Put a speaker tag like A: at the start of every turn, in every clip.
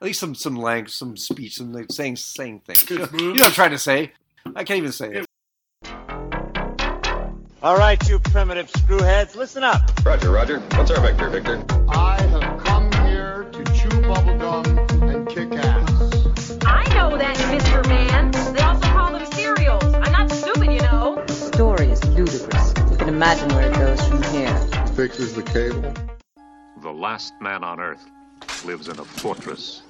A: at least some some language, some speech, some like saying saying things. You know, you know what I'm trying to say? I can't even say it.
B: All right, you primitive screwheads, listen up.
C: Roger, Roger. What's our vector, Victor?
D: I have come here to chew bubblegum and kick ass.
E: I know that, Mr. Man. They also call them cereals. I'm not stupid, you know.
F: story is ludicrous. You can imagine where it goes from here.
D: Fixes the cable.
G: The last man on Earth lives in a fortress.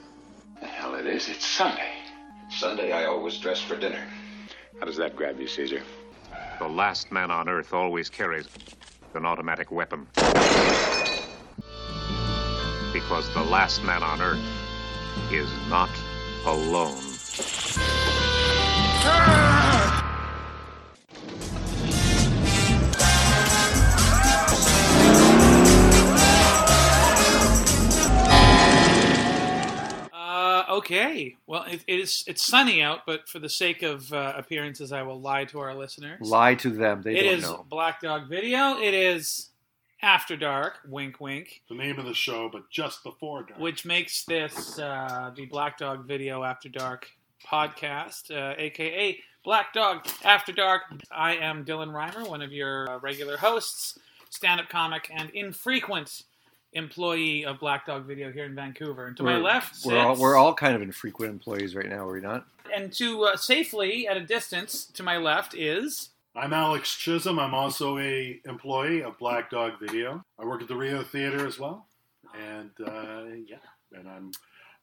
C: The hell it is. It's Sunday. Sunday, I always dress for dinner. How does that grab you, Caesar?
G: The last man on Earth always carries an automatic weapon. Because the last man on Earth is not alone.
H: Uh, okay. Well, it, it is. It's sunny out, but for the sake of uh, appearances, I will lie to our listeners.
A: Lie to them. They
H: It
A: don't
H: is
A: know.
H: Black Dog Video. It is After Dark. Wink, wink.
I: The name of the show, but just before dark.
H: Which makes this uh, the Black Dog Video After Dark podcast, uh, aka Black Dog After Dark. I am Dylan Reimer, one of your uh, regular hosts, stand-up comic, and infrequent employee of Black Dog Video here in Vancouver. And to my
A: We're-
H: left,
A: We're all,
H: sits-
A: we're all kind of infrequent employees right now, are we not?
H: and to uh, safely at a distance to my left is
I: I'm Alex Chisholm. I'm also a employee of Black Dog Video. I work at the Rio Theater as well, and uh, yeah, and I'm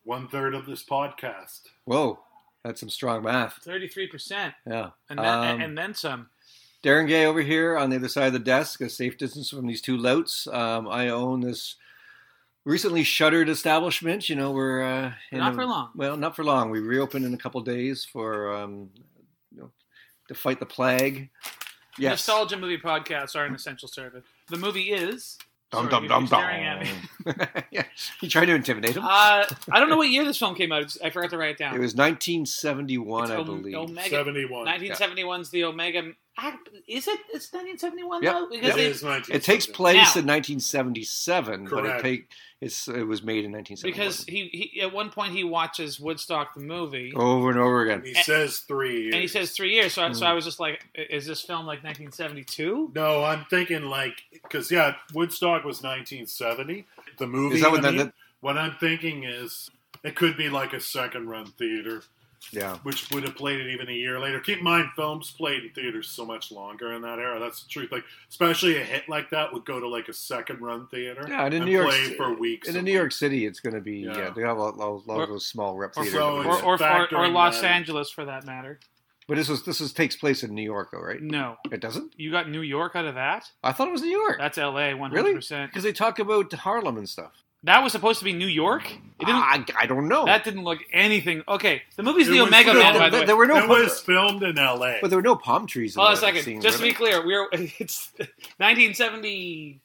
I: one third of this podcast.
A: Whoa, that's some strong math.
H: 33%,
A: Yeah.
H: and then,
A: Um,
H: and then some.
A: Darren Gay over here on the other side of the desk, a safe distance from these two louts. Um, I own this recently shuttered establishment. You know, we're uh, in
H: Not
A: a-
H: for long.
A: Well, not for long. We reopened in a couple days for um, you know, to fight the plague. Yes.
H: Nostalgia movie podcasts are an essential service. The movie is.
A: Dum,
H: Sorry,
A: dum,
H: you're
A: dum,
H: staring at me.
A: dum. yeah. You tried to intimidate him.
H: Uh, I don't know what year this film came out. I forgot to write it down.
A: it was 1971,
H: It's
A: I
H: Om-
A: believe.
H: Omega.
I: Seventy-one.
H: 1971's the Omega. ah, Is it? It's 1971
A: Yep.
H: though. Because
I: It
H: they-
I: is 19.
A: It takes place in 1977, but it,
I: Correct.
A: take, it's, it was made in 1971.
H: because he, he at one point he watches Woodstock the movie.
A: over and over again.
I: He says three. Years.
H: And he says three years, so I, so
A: Mm.
H: I was just like, "I- "Is this film like 1972?"
I: No, I'm thinking like because yeah, Woodstock was 1970. The movie.
A: Is that
I: I
A: what that-
I: mean,
A: that-
I: what I'm thinking is it could be like a second-run theater,
A: Yeah.
I: which would have played it even a year later. Keep in mind, films played in theaters so much longer in that era. That's the truth. Like especially a hit like that would go to like a second-run theater.
A: Yeah, and in
I: and
A: New York
I: play
A: Ci-
I: for weeks.
A: And in
I: and
A: New York
I: weeks.
A: City, it's going to be yeah.
I: Yeah.
A: they have a lot, a lot
H: Or-
A: of those small rep
I: or
A: theaters.
I: so
A: over
H: Or,
A: there.
H: or, for, or
I: Factoring
H: Los
I: that in.
H: Angeles, for that matter.
A: but this was this was takes place in New York, though, right?
H: No,
A: It doesn't.
H: you got New York out of that.
A: I thought it was New York
H: That's L.A. 100. percent
A: because they talk about Harlem and stuff.
H: That was supposed to be New York. It didn't.
A: I, I don't know.
H: That didn't look anything. Okay, the movie's
I: It
H: the
I: was-
H: Omega
I: no,
H: Man,
A: Ah,
H: by
A: there,
H: the way.
A: there were no
I: It
A: palm,
I: was filmed in L.A.
A: but there were no palm trees.
H: Hold on
A: in
H: a
A: that
H: second.
A: Scene,
H: Just to
A: were
H: be clear, we're it's 1972s.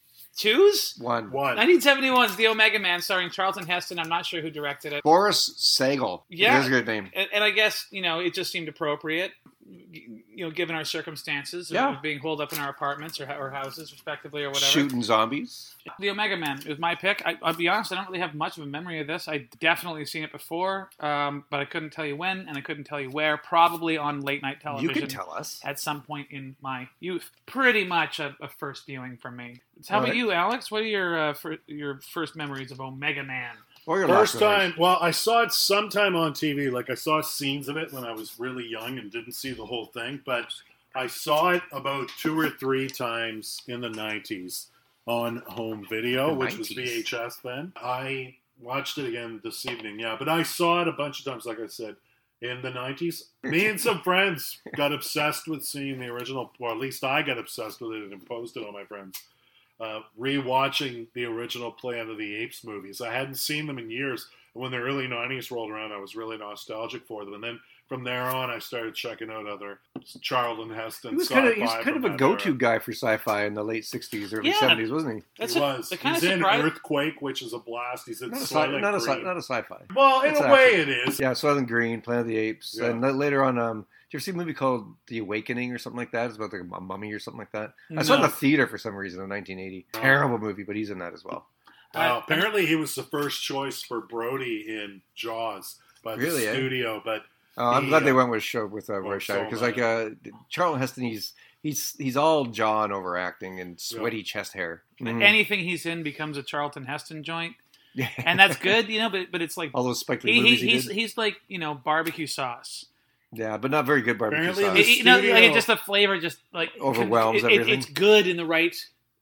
A: there? one.
I: One.
H: 1971's The Omega Man, starring Charlton Heston. I'm not sure who directed it.
A: Boris Sagal.
H: Yeah.
A: that's a good name.
H: And, and I guess you know it just seemed appropriate, you know, given our circumstances of
A: Yeah.
H: being holed up in our apartments or, or houses, respectively, or whatever.
A: Shooting zombies.
H: The Omega Man was my pick. I, I'll be honest, I don't really have much of a memory of this. I definitely seen it before, um, but I couldn't tell you when and I couldn't tell you where. Probably on late night
A: You
H: television.
A: can tell us.
H: At some point in my youth, pretty much a, a first viewing for me. So how
A: All
H: about
A: right.
H: you, Alex? What are your uh, fir- your first memories of Omega Man?
A: Or your
I: First
A: last memories.
I: time, well, I saw it sometime on TV. Like I saw scenes of it when I was really young and didn't see the whole thing, but I saw it about two or three times in the '90s on home video,
A: The
I: which was
A: 90s.
I: VHS then. I watched it again this evening. Yeah, but I saw it a bunch of times. Like I said. In the 90s, me and some friends got obsessed with seeing the original, or at least I got obsessed with it and imposed it on my friends uh, rewatching the original Planet of the Apes movies. I hadn't seen them in years. And When the early '90s rolled around, I was really nostalgic for them. And then from there on, I started checking out other Charlton Heston.
A: He was kind of he was
I: sci-fi
A: kind of
I: from
A: a
I: that
A: go-to
I: era.
A: guy for sci-fi in the late '60s, early
H: Yeah.
A: '70s, wasn't he?
H: That's
I: he
H: a-
I: was.
H: a kind
I: He's
H: of
I: in
H: surprise-
I: Earthquake, which is a blast. He's in
A: Not a, sci-
I: Silent
A: not, a sci-
I: Green.
A: not a sci-fi.
I: well, in
A: It's
I: a
A: an
I: way, it is.
A: Yeah, Silent Green, Planet of the Apes,
I: Yeah.
A: and then later on, um, did you ever see a movie called The Awakening or something like that? It's about like a mummy or something like that. I saw it in
H: No.
A: the theater for some reason in 1980. Terrible movie, but he's in that as well.
I: Wow.
H: Uh,
I: Apparently, he was the first choice for Brody in Jaws by
A: Really,
I: the
A: eh?
I: studio, but
A: Oh, I'm
I: He,
A: glad they
I: uh, oh,
A: went with show with uh,
I: well,
A: Roy
I: it's
A: Scheider
I: all
A: because like uh, Charlton Heston, he's he's he's all jaw and overacting and sweaty chest hair. Mhm.
H: Anything he's in becomes a Charlton Heston joint,
A: Yeah.
H: and that's good, you know. But but it's like
A: all those Spike Lee
H: he, he,
A: movies he,
H: he's
A: did.
H: he's like you know barbecue sauce.
A: yeah, but not very good barbecue
I: Apparently
A: sauce.
I: The
H: It- you know,
I: studio-
H: like it just the flavor just like con-
A: Overwhelms
H: it- it-
A: everything.
H: It's good in the right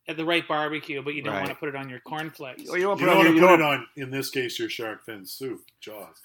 H: at the right barbecue, but you don't
A: Right.
H: want to put it on your cornflakes.
A: Oh, you don't put
I: you don't
A: on
I: want
A: your-
I: to
A: you
I: put
A: don't-
I: it on, in this case, your shark fin soup, Jaws.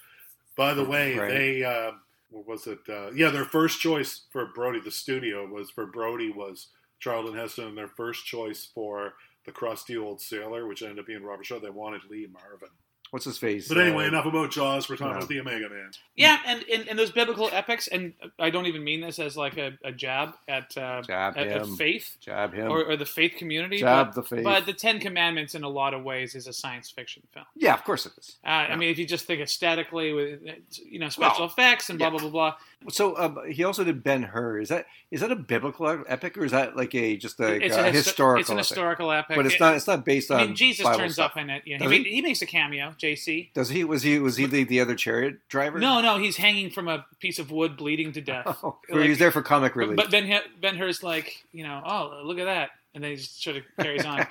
I: By the way,
A: Right.
I: they, uh, what was it? Uh, yeah, their first choice for Brody, the studio was for Brody was Charlton Heston, and their first choice for the crusty old sailor, which ended up being Robert Shaw, they wanted Lee Marvin.
A: What's his face?
I: But anyway,
A: Uh,
I: enough about Jaws. We're talking
A: no.
I: about the Omega Man.
H: Yeah, and, and, and those biblical epics, and I don't even mean this as like a, a jab at uh,
A: Jab
H: at, at
A: him.
H: faith
A: Jab him.
H: or, or the faith community.
A: jab
H: but,
A: the face.
H: but the Ten Commandments, in a lot of ways, is a science fiction film.
A: yeah, of course it is.
H: Uh, I mean, if you just think aesthetically with you know special
A: Well,
H: effects and blah
A: yeah.
H: blah blah blah,
A: So um, he also did Ben Hur. Is that is that a biblical e- epic or is that like a just like
H: it's
A: a,
H: a histo-
A: historical?
H: It's an
A: epic?
H: historical epic,
A: But it's not. It's not based on.
H: I mean, Jesus
A: Bible
H: turns
A: stuff.
H: up in it. You know,
A: Does
H: he,
A: he?
H: ma- he makes a cameo. JC.
A: Does he? Was he? Was he the, the other chariot driver?
H: No, no, he's hanging from a piece of wood, bleeding to death.
A: Oh, he was there for comic relief.
H: But Ben Ben Hur's like, you know, oh look at that, and then he just sort of carries on.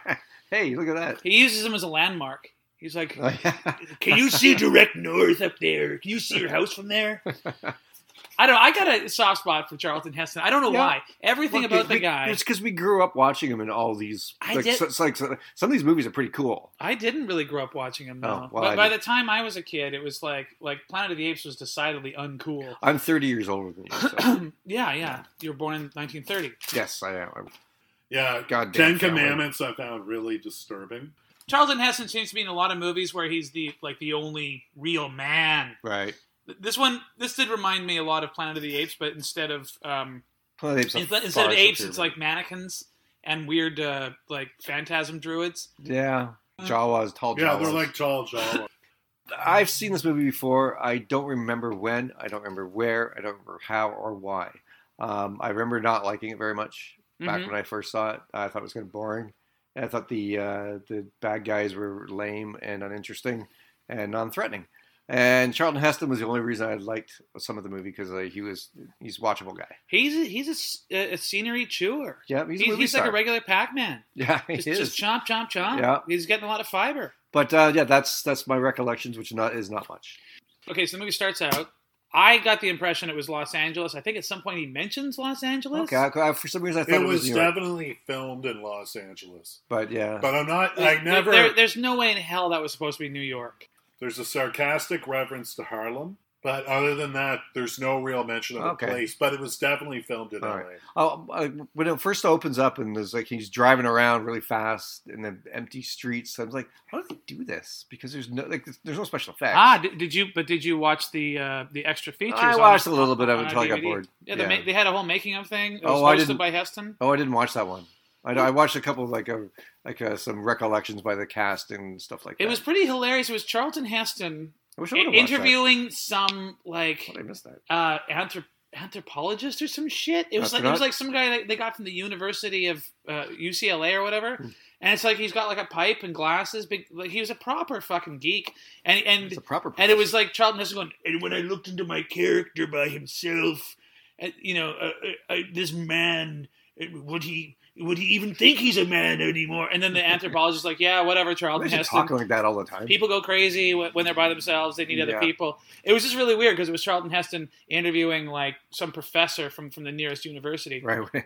A: hey, look at
H: he uses him as a landmark. He's like,
A: that.
H: can you see direct north up there? Can you see your house from there? I don't. know. I got a soft spot for Charlton Heston. I don't know
A: Yeah.
H: why. Everything
A: Look,
H: about the
A: we-
H: guy,
A: It's because we grew up watching him in all these.
H: I
A: like,
H: did-
A: so- so- like, so- some of these movies are pretty cool.
H: I didn't really grow up watching him though.
A: Oh, well,
H: but
A: I
H: by
A: did.
H: the time I was a kid, it was like like Planet of the Apes was decidedly uncool.
A: I'm 30 years older than you. So.
H: yeah, yeah. You were born in 1930.
A: yes, I am.
I: Yeah,
A: Goddamn
I: Ten
A: family.
I: Commandments I found really disturbing.
H: Charlton Heston seems to be in a lot of movies where he's the like the only real man.
A: Right.
H: This one, this did remind me a lot of Planet of the Apes, but instead of um,
A: Planet of the Apes are
H: instead,
A: far
H: instead of apes,
A: superior.
H: it's like mannequins and weird uh, like phantasm druids.
A: yeah, Jawas, tall
I: Yeah, they're
A: Jawas.
I: like Jaw Jaw.
A: I've seen this movie before. I don't remember when. I don't remember where. I don't remember how or why. Um, I remember not liking it very much back
H: Mhm.
A: when I first saw it. I thought it was kind of boring. And I thought the uh, the bad guys were lame and uninteresting and non-threatening. And Charlton Heston was the only reason I liked some of the movie because uh, he was he's a watchable guy.
H: He's a, he's a s- a, a scenery chewer.
A: Yeah, he's,
H: He's,
A: a movie
H: he's like a
A: star.
H: regular Pac-Man.
A: yeah, he
H: Just,
A: is.
H: just chomp, chomp, chomp.
A: Yeah.
H: He's getting a lot of fiber.
A: but uh, yeah, that's that's my recollections, which not is not much.
H: Okay, so the movie starts out. I got the impression it was Los Angeles. I think at some point he mentions Los Angeles.
A: Okay, I, I- for some reason I thought
I: it
A: it was,
I: was
A: New York,
I: definitely filmed in Los Angeles.
A: but yeah,
I: But I'm not.
H: There-
I: I never.
H: there- there's no way in hell that was supposed to be New York.
I: there's a sarcastic reference to Harlem, but other than that, there's no real mention of
A: Okay.
I: a place. But it was definitely filmed in
A: All
I: LA.
A: right. Oh, I, when it first opens up and there's like he's driving around really fast in the empty streets, I was like, how do they do this? Because there's no like there's no special effects.
H: Ah, did, did you? But did you watch the uh, the extra features?
A: I
H: on-
A: watched a little bit of
H: on
A: it until I got
H: DVD?
A: bored.
H: Yeah,
A: Yeah.
H: they ma- they had a whole making of thing. It was
A: Oh,
H: hosted
A: I didn't-
H: by Heston.
A: Oh, I didn't watch that one. I, I watched a couple of like a like uh some recollections by the cast and stuff like that.
H: It was pretty hilarious. It was Charlton Heston
A: I wish I
H: i-
A: would've watched that.
H: interviewing some like
A: What did I missed that.
H: uh, anthrop- anthropologist or some shit. It was like it
A: Astronaut?
H: was like some guy that they got from the University of uh, UCLA or whatever.
A: Hmm.
H: And it's like he's got like a pipe and glasses. Big, like he was a proper fucking geek. And and
A: It's a proper.
H: and it was like Charlton Heston going, and when I looked into my character by himself, and, you know, uh, uh, I, this man, uh, would he would he even think he's a man anymore? And then the anthropologist's like, yeah, whatever, Charlton
A: Imagine
H: Heston.
A: talking like that all the time.
H: People go crazy wh- when they're by themselves. They need other
A: Yeah.
H: people. It was just really weird because it was Charlton Heston interviewing like some professor from from the nearest university.
A: right?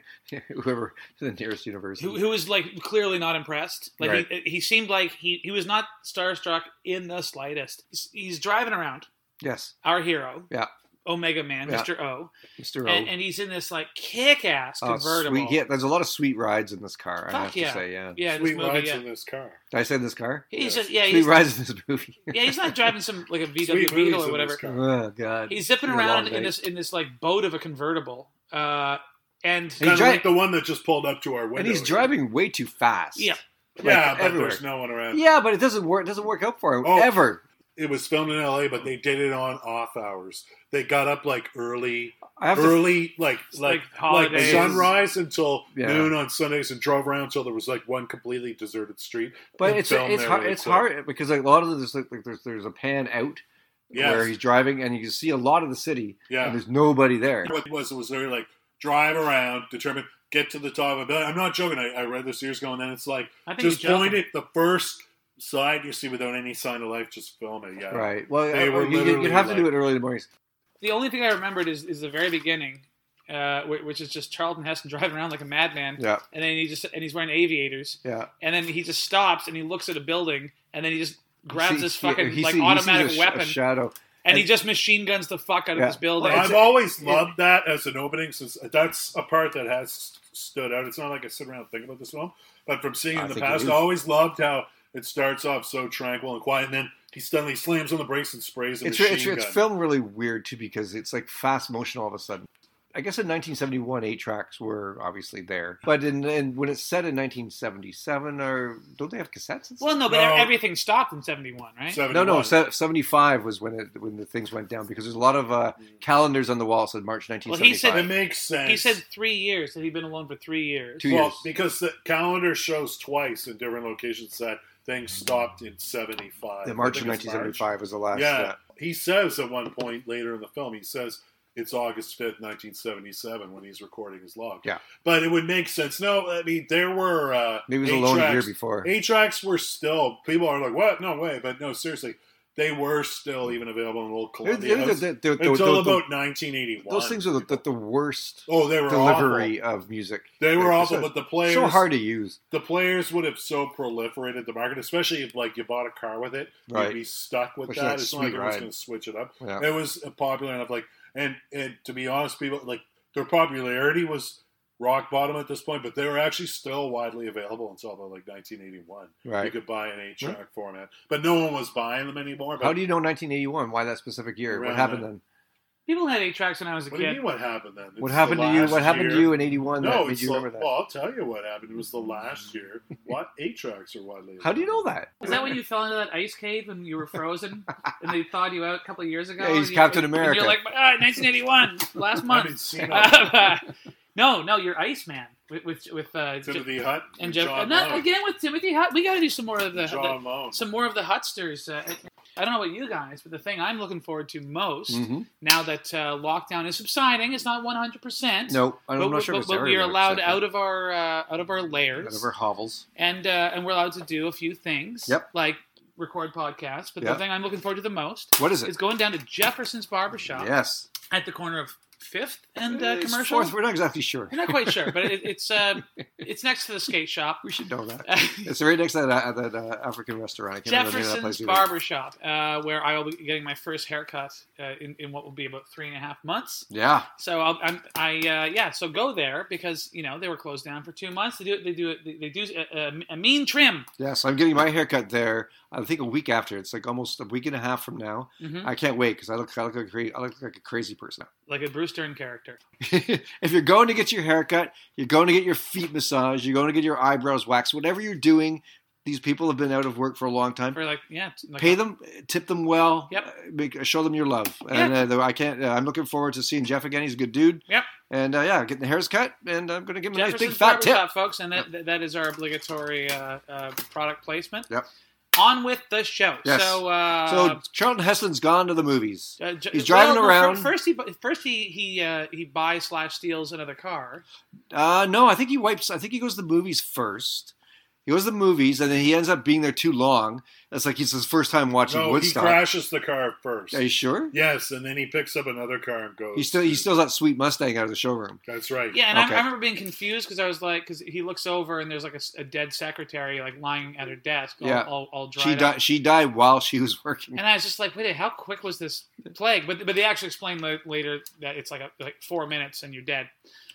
A: Whoever to the nearest university.
H: Who, who was like clearly not impressed. Like he, he seemed like he, he was not starstruck in the slightest. He's, he's driving around
A: yes,
H: our hero.
A: Yeah.
H: Omega Man,
A: Yeah.
H: Mr. O.
A: Mr. O.
H: And, and he's in this like kick ass
A: Oh,
H: convertible.
A: sweet- yeah, there's a lot of sweet rides in this car. I
H: Fuck
A: have to
H: yeah.
A: say, yeah.
H: Yeah, this
I: Sweet
H: movie,
I: rides
H: yeah.
I: in this car.
A: Did I say this car?
H: He's
I: Yeah.
H: just yeah,
A: Sweet
H: he's,
A: rides in this movie.
H: yeah, he's not driving some like a VW
I: Sweet
H: Beetle
I: movies
H: or
I: in
H: whatever.
I: this car.
A: Oh God.
H: He's zipping
A: It's been a
H: around
A: long
H: in
A: day.
H: this in this like boat of a convertible. Uh and
A: And
I: Kind
A: he's
I: of
A: dri-
I: like the one that just pulled up to our window.
A: and he's driving way too fast.
H: Yeah.
A: Like,
I: yeah, but
A: everywhere.
I: there's no one around.
A: Yeah, but it doesn't work. Doesn't work out for him
I: Oh.
A: ever.
I: it was filmed in L.A., but they did it on off hours. They got up like early,
A: I have to,
I: early, like like
H: like
I: like
H: holidays.
I: sunrise until
A: Yeah.
I: noon on Sundays, and drove around until there was like one completely deserted street.
A: but
I: and
A: it's
I: filmed
A: it's
I: there
A: hard,
I: really
A: it's
I: quick.
A: hard because like a lot of this like, like there's there's a pan out
I: Yes.
A: where he's driving and you can see a lot of the city
I: Yeah,
A: and there's nobody there.
I: what it was it was very like drive around, determine, get to the top of it. I'm not joking. I, I read this years ago, and then it's like
H: I think
I: just
H: he's joking.
I: point it the first side you see without any sign of life. Just film it. Yeah,
A: Right. Well, uh,
I: They were
A: you,
I: literally
A: would have to do
I: like-
A: it early in the mornings.
H: The only thing I remembered is, is the very beginning, uh, whi- which is just Charlton Heston driving around like a madman,
A: Yeah.
H: and then he just and he's wearing aviators,
A: Yeah.
H: and then he just stops and he looks at a building, and then he just grabs
A: See-
H: his
A: he-
H: fucking
A: he
H: like
A: see- he sees
H: automatic
A: a sh- a
H: weapon,
A: shadow.
H: and he just machine guns the fuck out
A: Yeah.
H: of this building.
A: Well,
I: I've
A: it's-
I: always loved that as an opening since that's a part that has stood out. It's not like I sit around and think about this film, but from seeing it
A: I
I: in the
A: think it
I: past,
A: is.
I: I always loved how it starts off so tranquil and quiet, and then he suddenly slams on the brakes and sprays a
A: It's,
I: machine
A: it's,
I: gun.
A: it's filmed really weird too because it's like fast motion all of a sudden. I guess in 1971, eight tracks were obviously there, but in, in when it's set in 1977, or don't they have cassettes? and stuff?
H: well, no, but
I: No.
H: everything stopped in '71, right?
A: no,
I: 71.
A: no, se- 75 was when it when the things went down because there's a lot of uh,
I: Mm.
A: calendars on the wall said March
H: Well, he
A: 1975.
H: said-
I: it makes sense.
H: he said three years that he'd been alone for three years.
A: Two-
I: well,
A: years.
I: because the calendar shows twice in different locations that things stopped in 75.
A: the March
I: I
A: of
I: think it's March.
A: 1975 was the last.
I: Yeah.
A: uh,
I: He says at one point later in the film, he says it's August 5th, 1977, when he's recording his log.
A: Yeah.
I: But it would make sense. No, I mean, there were. Uh,
A: maybe it was
I: eight
A: alone a year
I: tracks-
A: before.
I: Eight tracks were still. People are like, what? No way. But no, seriously, they were still even available in old
A: They're-
I: Columbia.
A: they're- they're- they're- they're-
I: until
A: they're-
I: about 1981.
A: those things are the, the, the worst
I: Oh, they were
A: delivery
I: awful.
A: of music.
I: They were
A: It's
I: awful,
A: a-
I: but the players
A: so hard to use.
I: the players would have so proliferated the market, especially if like you bought a car with it,
A: Right.
I: you'd be stuck with
A: Which is
I: that.
A: that
I: It's not
A: sweet
I: like everyone's
A: ride.
I: going to switch it up.
A: Yeah.
I: It was popular enough, like and and to be honest, people like their popularity was rock bottom at this point, but they were actually still widely available until about like 1981. You
A: Right.
I: could buy an eight track format, but no one was buying them anymore. But
A: How do you know 1981? Why that specific year?
I: Around
A: What happened
I: that.
A: then?
H: People had eight tracks when I was a
I: what do you
H: kid.
I: mean? What happened then?
A: What
I: It's
A: happened
I: the
A: to you?
I: last
A: What happened to
I: year.
A: you in '81 that
I: No,
A: made
I: it's
A: you
I: the,
A: remember that?
I: well, I'll tell you what happened. It was the last year. What eight tracks are widely?
A: How do you know
I: available.
A: that?
H: Is that when you fell into that ice cave and you were frozen and they thawed you out a couple of years ago?
A: Yeah, he's
H: and you-
A: Captain
H: and
A: America.
H: you're like, ah, 1981, last
I: I mean,
H: month. Uh,
I: seen
H: no, no, you're Iceman with with, with uh, J-
I: Timothy Hutt
H: and Jeff.
I: John
H: and that-
I: Lone.
H: again with Timothy Hut. We got to do some more of the,
I: John Lone.
H: the- some more of the Hutsters. Uh, I don't know about you guys, but the thing I'm looking forward to most
I: Mm-hmm.
A: Mhm.
H: now that uh, lockdown is subsiding, it's not 100. percent
A: No, I'm
H: But,
A: not
H: we-
A: sure. if
H: but,
A: it's
H: but
A: there
H: we are
A: anymore,
H: allowed
A: exactly.
H: out of our uh, out of our layers,
A: Out of our hovels.
H: and uh, and we're allowed to do a few things.
A: Yep.
H: Like record podcasts. But
A: Yeah.
H: the thing I'm looking forward to the most
A: What is
H: is
A: it?
H: going down to Jefferson's Barbershop
A: Yes,
H: at the corner of Fifth and uh,
A: It's
H: Commercial.
A: Fourth, we're not exactly sure.
H: I'm not quite sure, but it, it's uh, it's next to the skate shop.
A: We should know that. It's right next to that, uh, that uh, African restaurant. I can't remember
H: Jefferson's
A: the name of that place. either.
H: Barbershop, uh, where I will be getting my first haircut uh, in, in what will be about three and a half months.
A: Yeah,
H: So I'll, I'm, I uh, yeah, so go there because you know they were closed down for two months. They do they do they, they do a, a, a mean trim.
A: yeah. So I'm getting my haircut there. I think a week after. It's like almost a week and a half from now.
H: Mhm.
A: I can't wait because I look, I look like a crazy, I look like a crazy person.
H: like a Bruce Dern character.
A: if you're going to get your haircut, you're going to get your feet massaged, you're going to get your eyebrows waxed, whatever you're doing, these people have been out of work for a long time.
H: For like yeah, it's like
A: Pay them, tip them well,
H: Yep.
A: uh, make, show them your love. And uh, though I can't. Uh, I'm looking forward to seeing Jeff again. He's a good dude.
H: Yep.
A: And uh, yeah, getting the hairs cut, and I'm going to give him a nice
H: Jefferson's
A: big fat tip.
H: Barbershop, folks, and that, that is our obligatory uh, uh, product placement.
A: Yep.
H: On with the show.
A: Yes.
H: So, uh,
A: So Charlton Heston's gone to the movies.
H: uh, J-
A: he's driving
H: well, no, fir-
A: around.
H: First, he bu- first he he uh, he buys slash steals another car.
A: Uh, no, I think he wipes. I think he goes to the movies first. He goes to the movies, and then he ends up being there too long. That's like he's his first time watching
I: No,
A: Woodstock.
I: he crashes the car first.
A: Are you sure?
I: Yes, and then he picks up another car and goes.
A: He still he steals that sweet Mustang out of the showroom.
I: That's right.
H: Yeah, and
A: Okay.
H: I, I remember being confused because I was like, because he looks over and there's like a, s- a dead secretary like lying at her desk, all,
A: Yeah.
H: all, all dried
A: She
H: up.
A: died. She died while she was working.
H: And I was just like, wait, how quick was this plague? But but they actually explain la- later that it's like a, like four minutes and you're dead.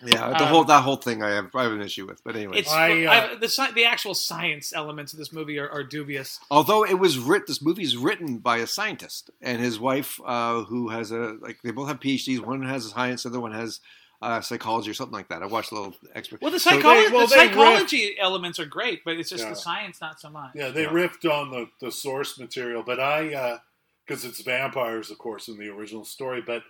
A: Yeah, the
H: Um,
A: whole that whole thing I have I have an issue with. But anyway,
H: It's
I: I, uh,
H: I- the sci- the actual science elements of this movie are, are dubious.
A: although it was writ, this movie is written by a scientist and his wife, uh, who has a like they both have PhDs. One has science, the other one has uh, psychology or something like that. I watched a little expert.
H: Well, the
A: So they-
H: psychology
I: well,
H: the
I: they riff-
H: psychology elements are great, but it's just
I: Yeah.
H: the science not so much.
I: Yeah, they riffed on the, the source material, but I uh, because it's vampires, of course, in the original story. But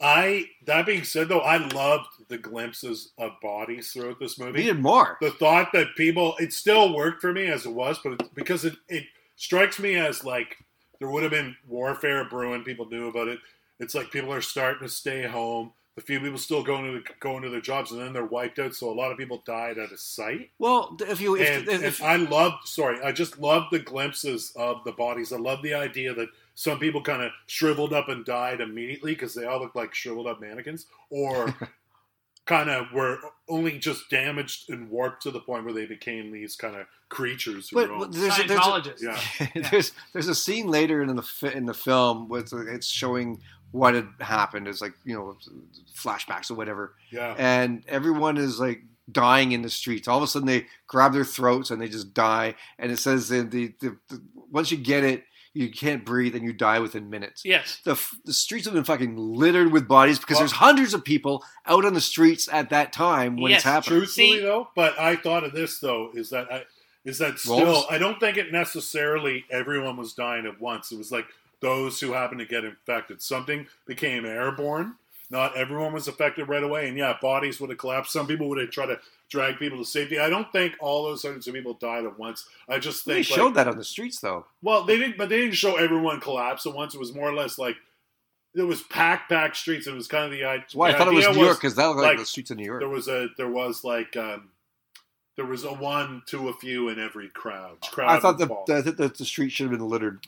I: I, that being said, though, I loved the glimpses of bodies throughout this movie
A: Needed more.
I: the thought that people it still worked for me as it was but it, because it, it strikes me as like there would have been warfare brewing people knew about it it's like people are starting to stay home the few people still going to the, going to their jobs and then they're wiped out so a lot of people died out of sight
A: Well, if you if,
I: and,
A: if,
I: and i loved sorry i just loved the glimpses of the bodies i love the idea that some people kind of shriveled up and died immediately because they all looked like shriveled up mannequins or kind of were only just damaged and warped to the point where they became these kind of creatures who
A: But-
I: roam.
A: but there's a- there's a-
H: Scientologists.
I: yeah
A: there's there's a scene later in the fi- in the film with it's showing what had happened. It's like you know flashbacks or whatever,
I: yeah
A: and everyone is like dying in the streets. All of a sudden, they grab their throats and they just die. And it says in the, the, the once you get it, you can't breathe and you die within minutes.
H: Yes.
A: The, f- the streets have been fucking littered with bodies because
I: Well-
A: there's hundreds of people out on the streets at that time when
H: Yes,
A: it's happening.
I: truthfully
H: See-
I: though but i thought of this though is that i is that still
A: Wolves?
I: i don't think it necessarily everyone was dying at once it was like those who happened to get infected something became airborne not everyone was affected right away and yeah bodies would have collapsed some people would have tried to drag people to safety i don't think all those hundreds of people died at once i just think
A: They
I: like,
A: showed that on the streets though.
I: Well, they didn't, but they didn't show everyone collapse at once. It was more or less like it was packed, packed streets. It was kind of the idea.
A: That's why I thought it was New York because that looked like,
I: like,
A: the streets of New York.
I: There was a there was like um, there was a one to a few in every crowd. crowd
A: I thought
I: would
A: the,
I: fall.
A: I thought that the street should have been littered.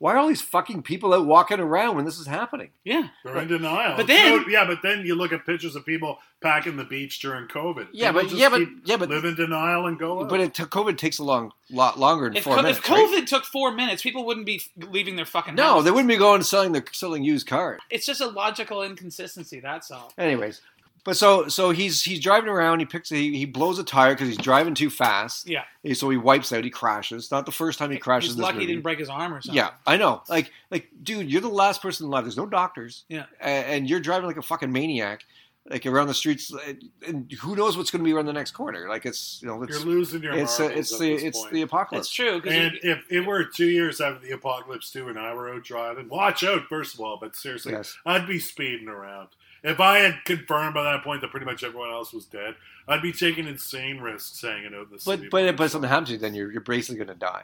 A: Why are all these fucking people out walking around when this is happening?
H: Yeah.
I: they're in denial.
H: But
I: It's
H: then-
I: no- yeah, but then you look at pictures of people packing the beach during COVID.
A: Yeah,
I: People
A: but
I: just
A: yeah, but
I: keep-
A: yeah, but
I: live in denial and go.
A: but
I: out.
A: it, COVID takes a long lot longer than
H: If,
A: four
H: co-
A: minutes.
H: if
A: right?
H: COVID took four minutes, people wouldn't be f- leaving their fucking
A: no,
H: house.
A: they wouldn't be going and selling the selling used cars.
H: It's just a logical inconsistency. That's all.
A: Anyways, but so so he's he's driving around. He picks he, he blows a tire because he's driving too fast.
H: Yeah.
A: He- So he wipes out. He crashes. Not the first time he crashes.
H: He's
A: this
H: lucky he
A: movie.
H: didn't break his arm or something.
A: Yeah, I know. Like, like, dude, you're the last person alive. There's no doctors.
H: Yeah.
A: A- and, you're driving like a fucking maniac, like around the streets. And, and who knows what's going to be around the next corner? Like, it's you know,
I: you're
A: it's
I: losing your.
A: it's
I: marbles
A: it's
I: at
A: the
I: this
A: it's
I: point.
A: the
H: That's
A: apocalypse.
H: true. 'cause
I: And
H: you-
I: if it were two years after the apocalypse too, and I were out driving, watch out first of all. But seriously,
A: Yes.
I: I'd be speeding around. If I had confirmed by that point that pretty much everyone else was dead, I'd be taking insane risks hanging out in the city.
A: But but but if something happens to you, then you're you're basically going to die.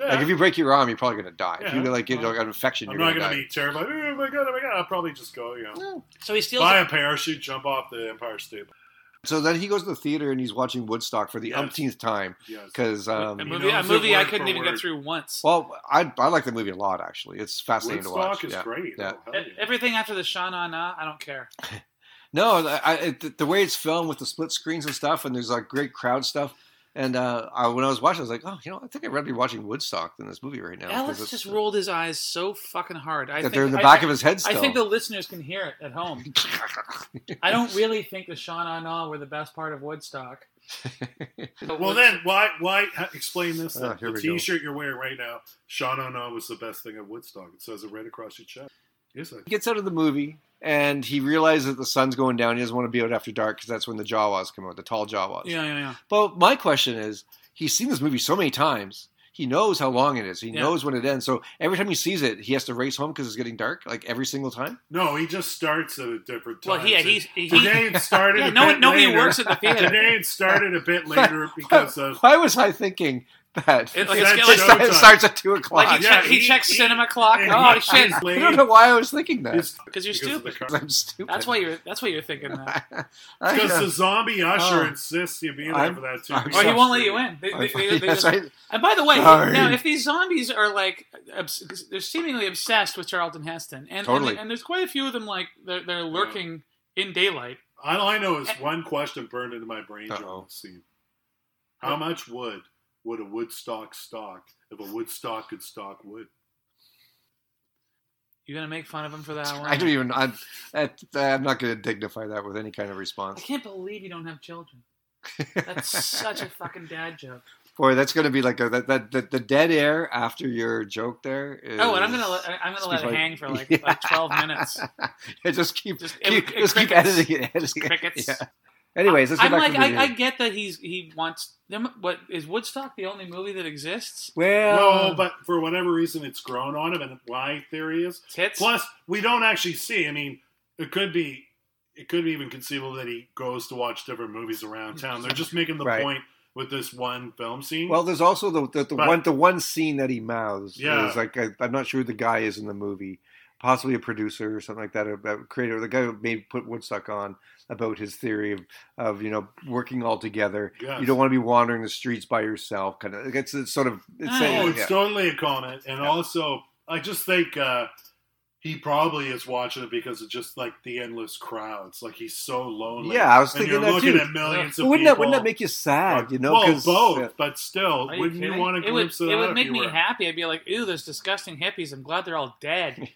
I: Yeah,
A: Like if you break your arm, you're probably going to die. If you
I: Yeah.
A: like get like, an infection,
I: I'm
A: you're
I: not
A: going to die.
I: going to be terrified. Oh my god! Oh my god! I'll probably just go, you know,
H: so he steals.
I: buy
H: a-
I: a parachute, jump off the Empire State.
A: So then he goes to the theater and he's watching Woodstock for the
I: Yes.
A: umpteenth time
I: Yes.
A: because
H: a
A: um,
I: mean-
H: movie, a
I: knows it
H: movie I
I: word
H: couldn't
I: for
H: even
I: word.
H: get through once.
A: well, I I like the movie a lot actually. It's fascinating to watch.
I: Woodstock is
A: Yeah.
I: great.
A: Yeah.
I: Oh, hell
H: E-
I: yeah.
H: Everything after the Sha Na Na, I don't care.
A: No, I, I, it- the way it's filmed with the split screens and stuff, and there's like great crowd stuff. And uh, I, when I was watching, I was like, oh, you know, I think I'd rather be watching Woodstock than this movie right now. because
H: Alex
A: it's-
H: just rolled his eyes so fucking hard. I
A: that
H: think,
A: they're in the
H: I
A: back
H: think-
A: of his head still.
H: I think the listeners can hear it at home. I don't really think the Sha Na Na were the best part of Woodstock.
I: Well, then why why ha- explain this?
A: Ah,
I: Then?
A: here
I: the
A: we go.
I: T-shirt you're wearing right now, Sean O'Neill was the best thing at Woodstock. It says it right across your chest. Is it?
A: he gets out of the movie and he realizes that the sun's going down. He doesn't want to be out after dark because that's when the Jawas come out, the tall Jawas.
H: Yeah, yeah, yeah.
A: But my question is, he's seen this movie so many times. He knows how long it is. He
H: Yeah.
A: knows when it ends. So every time he sees it, he has to race home because it's getting dark. Like every single time.
I: No, he just starts at a different time.
H: Well, he, he's, he,
I: today it started.
H: yeah,
I: a
H: no
I: bit
H: one, nobody
I: later.
H: works at the theater.
I: Today it started a bit later because of
A: Why was I thinking that?
H: It, like,
I: That's
H: it's,
I: so
H: like,
A: It starts-
I: Showtime.
A: it starts at two
H: like
A: o'clock.
H: he,
I: Yeah,
H: check- he
I: he-
H: checks
I: he-
H: cinema clock.
I: and
H: Oh
I: he-
H: shit!
I: he's
A: I
I: late
A: don't know why I was thinking that.
I: It's
H: Because you're
I: because of the
H: stupid.
I: car-
A: I'm stupid.
H: That's why you're. That's why you're thinking that.
A: I, uh,
I: Because the zombie usher
A: Oh.
I: insists you be there
A: I'm-
I: for that too.
A: I'm
H: Or Oh, he
A: sorry.
H: won't let you in. They, they, they, they
A: Yes,
H: just,
A: I-
H: and by the way,
A: Sorry.
H: now if these zombies are like, obs- 'cause they're seemingly obsessed with Charlton Heston, and
A: Totally.
H: and, and there's quite a few of them like they're, they're lurking in daylight.
I: All I know is one question burned into my brain
A: Uh-oh.
I: during the scene. How much wood would a Woodstock stock if a Woodstock could stock wood?
H: You gonna make fun of him for that one?
A: I don't even. I'm, that- I'm not going to dignify that with any kind of
H: I
A: response.
H: can't believe you don't have children. That's such a fucking dad joke.
A: Boy, that's going to be like a, that, that, that. The dead air after your joke there. Is,
H: Oh, and I'm gonna let, I'm gonna let it
A: Speak like-
H: hang for like,
A: Yeah.
H: like 12 minutes.
A: Yeah, just keep
H: Just-
A: keep,
H: it- it
A: just keep
H: crickets.
A: editing it. editing it.
H: Crickets.
A: Yeah. Anyways, let's get
H: I'm
A: back
H: like,
A: to the movie.
H: I, I get that he's he wants them. What is Woodstock the only movie that exists?
A: well,
I: No, but for whatever reason, it's grown on him, and my theory is.
H: Tits.
I: Plus, we don't actually see. I mean, it could be, it could be even conceivable that he goes to watch different movies around town. They're just making the
A: Right.
I: point with this one film scene.
A: well, there's also the the, the
I: But-
A: one the one scene that he mouths.
I: Yeah.
A: is like I, I'm not sure who the guy is in the movie, possibly a producer or something like that, a, a creator, the guy who maybe put Woodstock on about his theory of, of you know working all together.
I: Yes.
A: You don't want to be wandering the streets by yourself. Kind of, it's, it's sort of it's
H: Oh,
A: saying,
I: Oh, it's
A: yeah.
I: totally a comment, and also I just think uh, he probably is watching it because of just like the endless crowds. Like he's so lonely.
A: Yeah, I was
I: and
A: thinking
I: you're
A: that
I: looking
A: too.
I: at millions
A: But
I: of
A: wouldn't
I: people.
A: that wouldn't that make you sad? You know,
I: well,
A: 'cause-
I: both,
A: yeah.
I: but still,
H: Are
I: wouldn't you
H: kidding?
I: want to
H: It would,
I: glimpse of
H: it
I: that
H: would
I: if
H: make
I: you
H: me
I: were-
H: happy. I'd be like, "Ew, those disgusting hippies! I'm glad they're all dead."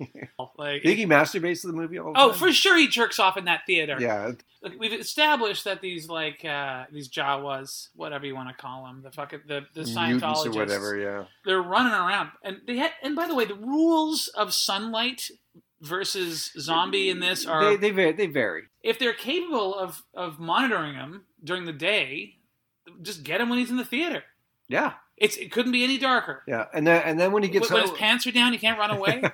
H: like,
A: Biggie masturbates to the movie all the
H: oh,
A: time.
H: for sure, he jerks off in that theater.
A: Yeah,
H: Look, we've established that these like uh, these Jawas, whatever you want to call them, the fucking the the
A: mutants
H: Scientologists,
A: or whatever. Yeah,
H: they're running around, and they had. And by the way, the rules of sunlight versus zombie in this are
A: they they vary. They vary.
H: if they're capable of of monitoring him during the day, just get him when he's in the theater.
A: Yeah,
H: It's it couldn't be any darker.
A: yeah, and then and then when he
H: When,
A: gets
H: when
A: home-
H: his pants are down, he can't run away.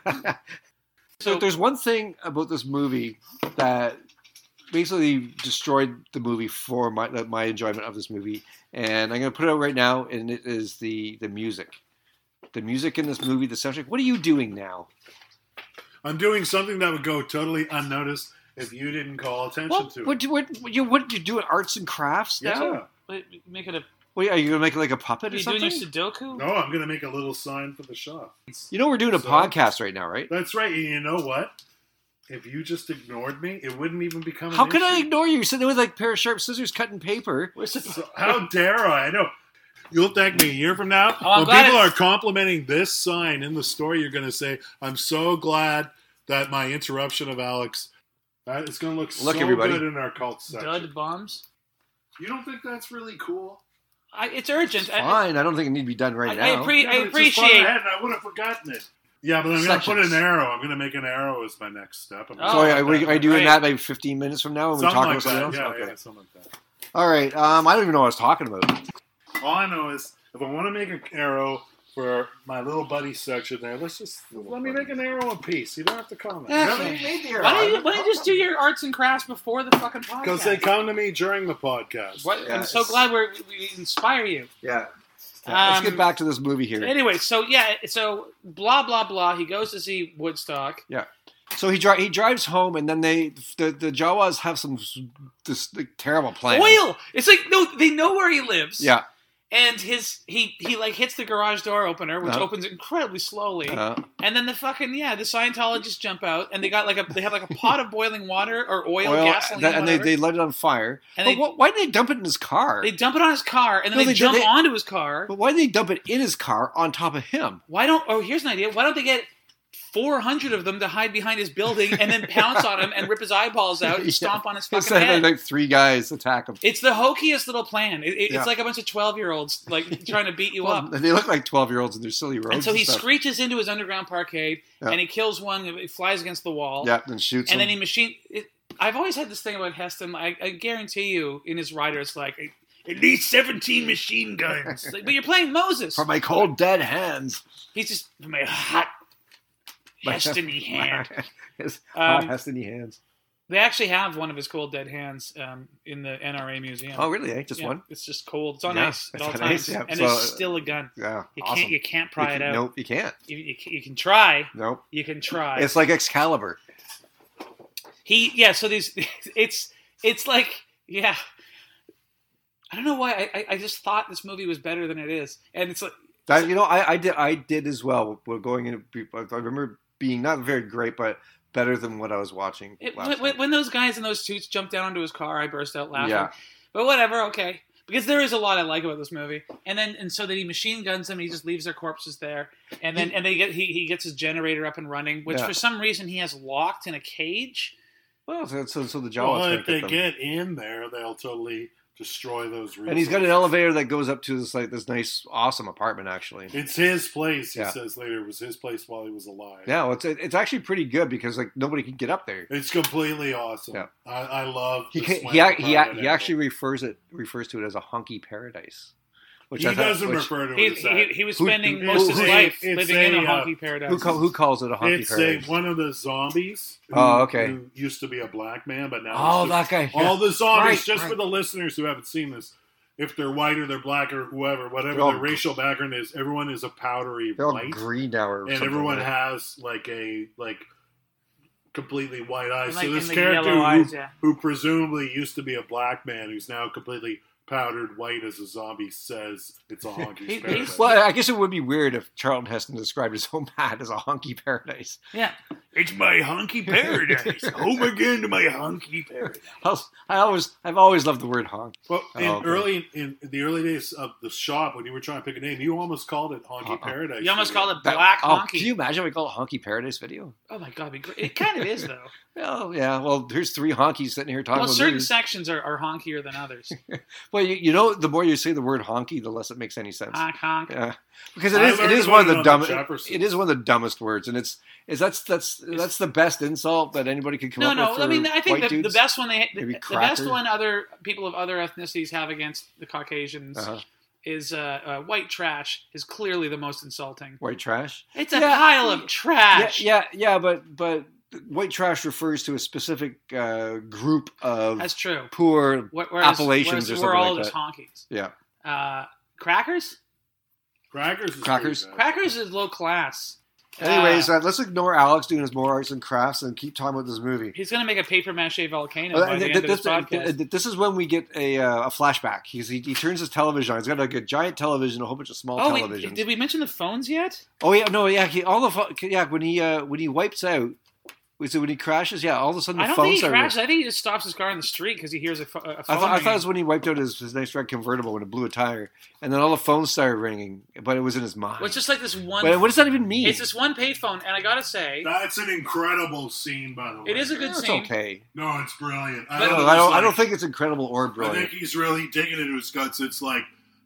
A: so if there's one thing about this movie that basically destroyed the movie for my that- my enjoyment of this movie, and I'm gonna put it out right now, and it is the the music. The music in this movie, the soundtrack. What are you doing now?
I: I'm doing something that would go totally unnoticed if you didn't call attention
A: What
I: to
A: what,
I: it.
A: you- what, you what you doing? Arts and crafts
I: Yeah.
A: now?
H: Wait, make it a.
A: Wait, are you gonna make like a puppet
H: What are
A: or
H: you doing your
A: something?
H: Sudoku?
I: No, I'm gonna make a little sign for the shop.
A: You know we're doing a
I: So-
A: podcast right now, right?
I: That's right. And you know what? If you just ignored me, it wouldn't even become.
A: How
I: an
A: could I
I: issue.
A: ignore you? You're sitting there with like a pair of sharp scissors cutting paper.
I: So, how dare I? I know. You'll thank me a year from now.
H: Oh, I'm
I: when
H: glad
I: people
H: it's-
I: are complimenting this sign in the store, you're going to say, I'm so glad that my interruption of Alex. Uh, it's going to look,
A: Look,
I: so
A: everybody.
I: good in our cult section.
H: Dud bombs.
I: You don't think that's really cool?
H: I, it's urgent.
A: It's
H: I-
A: fine. I don't think it need to be done
H: I,
A: right
H: I,
A: now.
H: appre-
I: Yeah,
H: I
I: but it's just far
H: appreciate.
I: ahead and I would have forgotten it. Yeah, but I'm going to put
A: Sections.
I: an arrow. I'm going to make an arrow as my next step. I'm gonna
A: so
H: Oh,
I: put
A: I,
I: that-
A: we, are doing
H: right.
A: that like 15 minutes from now when
I: something
A: we talk
I: like
A: about something else.
I: that. Yeah,
A: okay.
I: yeah, something like that.
A: All right. Um, I don't even know what I was talking about.
I: All I know is if I want to make an arrow for my little buddy section there, let's just let me make an arrow in peace. You don't have to comment.
A: Ah,
H: Why don't you Why don't you just do your arts and crafts before the fucking podcast?
I: Because they come to me during the podcast.
H: What-
A: Yeah,
H: I'm so
A: it's-
H: glad we're, we inspire you.
A: Yeah. Yeah, Let's
H: Um,
A: get back to this movie here.
H: Anyway, so yeah, so blah blah blah. He goes to see Woodstock.
A: So he dri- he drives home, and then they the, the Jawas have some s- this like, terrible plan.
H: Oil. It's like no, they know where he lives.
A: Yeah.
H: And his he he like hits the garage door opener, which
A: Uh-huh.
H: opens incredibly slowly.
A: Uh,
H: And then the fucking yeah, the Scientologists jump out, and they got like a they have like a pot of boiling water or oil,
A: oil,
H: gasoline,
A: that- and they,
H: whatever.
A: they let it on fire.
H: And
A: but
H: they-
A: wh- why did they dump it in his car?
H: They dump it on his car, and then
A: No,
H: they,
A: they-
H: jump
A: they-
H: onto his car.
A: but why did they dump it in his car on top of him?
H: Why don't? Oh, here's an idea. Why don't they get 400 of them to hide behind his building and then pounce on him and rip his eyeballs out and
A: Yeah.
H: stomp on his fucking
A: Instead
H: head?
A: of like three guys attack him.
H: It's the hokiest little plan. It, it-
A: Yeah.
H: It's like a bunch of 12 year olds like trying to beat you
A: Well,
H: up.
A: They look like 12 year olds in their silly robes.
H: And so he
A: stuff.
H: screeches into his underground parkade
A: Yeah.
H: and he kills one. He flies against the wall.
A: Yeah, and shoots
H: and
A: him.
H: then he machine. It, I've always had this thing about Heston. I, I guarantee you, in his rider, it's like at least 17 machine guns. Like, but you're playing Moses.
A: From my cold dead hands.
H: He's just from a hot Hestony hand.
A: His
H: Um,
A: hot Hestiny hands.
H: They actually have one of his cold dead hands um, in the NRA museum.
A: Oh, really? Eh? Just
H: Yeah,
A: one?
H: It's just cold. It's on
A: Yeah,
H: ice at
A: it's
H: all
A: on
H: times,
A: ice, yeah.
H: and
A: So,
H: there's still a gun.
A: Yeah.
H: You
A: awesome.
H: can't you can't pry
A: You
H: it
A: can-
H: out.
A: Nope, you can't.
H: You, you, can- you can try.
A: Nope.
H: You can try.
A: It's like Excalibur.
H: he yeah. So these it's it's like yeah. I don't know why I, I- I just thought this movie was better than it is, and it's like
A: That, you know, I, I did I did as well. We're going into I remember being not very great, but better than what I was watching.
H: it,
A: last
H: when,
A: night.
H: when those guys in those suits jumped down onto his car, I burst out laughing.
A: yeah.
H: But whatever, okay. Because there is a lot I like about this movie, and then and so that he machine guns them, he just leaves their corpses there, and then and they get he, he gets his generator up and running, which
A: Yeah.
H: for some reason he has locked in a cage.
A: Well, so, so, so the Jawas
I: Well,
A: can't
I: if they
A: them.
I: get in there, they'll totally destroy those resources.
A: And he's got an elevator that goes up to this like this nice, awesome apartment. Actually,
I: It's his place, he
A: Yeah.
I: says later. It was his place while he was alive.
A: yeah, well, it's it's actually pretty good because like nobody can get up there.
I: It's completely awesome.
A: Yeah.
I: I, I love
A: He
I: the
A: can,
I: Swank
A: he ac- he, ac-
I: apartment
A: he
I: angle.
A: actually refers it refers to it as a honky paradise, which
I: he
A: I thought,
I: doesn't
A: which-
I: refer to it
H: He,
I: as that.
H: he, he was
A: Who-
H: spending
A: who-
H: most of his
A: who-
H: life
I: it's
H: living
I: a,
H: in a
I: uh,
H: honky paradise.
A: who, call, who calls it a honky
I: it's a,
A: paradise?
I: one of the zombies. Who,
A: Oh, okay.
I: Who used to be a black man, but now
A: oh,
I: it's just-
A: that guy.
I: all the zombies.
A: Right,
I: just for
A: right.
I: the listeners who haven't seen this, if they're white or they're black or whoever, whatever
A: They're all
I: their
A: gr-
I: racial background is, everyone is a powdery
A: They're all
I: white,
A: green now, or
I: and
A: something
I: everyone
A: like that.
I: has like a like completely white eyes.
H: And, like,
I: so this
H: in the
I: character
H: yellow
I: who,
H: eyes, yeah.
I: who presumably used to be a black man, who's now completely powdered white as a zombie, says it's a honky.
H: He-
I: paradise.
H: he's-
A: Well, I guess it would be weird if Charlton Heston described his home hat as a honky paradise.
H: Yeah.
I: It's my honky paradise. Home again to my honky paradise.
A: I was- I always, I've always loved the word honk.
I: Well, in
A: Oh, okay.
I: early in the early days of the shop, when you were trying to pick a name, you almost called it honky
A: Uh-uh.
I: paradise.
H: You almost called it
A: That-
H: black
A: oh,
H: honky.
A: Can you imagine we call it a honky paradise video?
H: Oh my god, it'd be great. it kind of is though.
A: Oh yeah. Well, there's three honkies sitting here talking.
H: well,
A: about
H: certain
A: movies.
H: sections are, are honkier than others.
A: Well, you, you know, the more you say the word honky, the less it makes any sense.
H: honk honk.
A: Yeah, because it
I: I
A: is it
I: learned
A: is
I: about
A: one of
I: it
A: the
I: on
A: dumbest.
I: Jeffersons.
A: It is one of the dumbest words, and it's is that's that's that's the best insult that anybody could come
H: No,
A: up with.
H: no. I
A: for
H: mean, I think
A: white
H: the, the
A: dudes.
H: best one they the,
A: Maybe
H: the best
A: cracker.
H: one other people of other ethnicities have against the Caucasians
A: Uh-huh.
H: is uh, uh, white trash is clearly the most insulting.
A: white trash.
H: It's a
A: Yeah.
H: pile of
A: Yeah,
H: trash.
A: yeah, yeah, but but white trash refers to a specific uh, group of
H: That's true.
A: poor.
H: Wh- Whereas,
A: Appellations
H: whereas
A: or
H: we're
A: something
H: all
A: like
H: just honkies.
A: Yeah,
H: Uh, crackers?
I: Crackers. Is
A: Crackers.
I: pretty bad.
H: Crackers is low class.
A: Anyways,
H: Uh,
A: uh, let's ignore Alex doing his more arts and crafts and keep talking about this movie.
H: he's going to make a paper mache volcano
A: Well,
H: by
A: th-
H: the
A: th-
H: end of
A: this,
H: this podcast.
A: th- th- this is when we get a, uh, a flashback. He's, he, he turns his television on. He's got like a giant television, a whole bunch of small
H: oh, wait,
A: televisions.
H: did we mention the phones yet?
A: oh yeah, no, yeah, he, all the fu- yeah when he uh, when he wipes out, was it when he crashes? Yeah, all of a sudden the
H: I don't
A: phone
H: think he
A: started-
H: crashes. I think he just stops his car in the street because he hears a, pho- a phone.
A: I thought, I thought it
H: ringing.
A: was when he wiped out his, his nice red convertible when it blew a tire, and then all the phones started ringing, but it was in his mind.
H: Well, it's just like this one.
A: but what does that even mean?
H: It's this one payphone, and I gotta say,
I: That's an incredible scene, by the way.
H: it is a good
A: Yeah, it's
H: scene.
A: okay.
I: No, it's brilliant.
H: But-
A: I
I: love
A: don't,
I: this,
A: I don't, I
I: like-
A: don't think it's incredible or
I: I
A: brilliant.
I: think he's really digging into his guts. It's like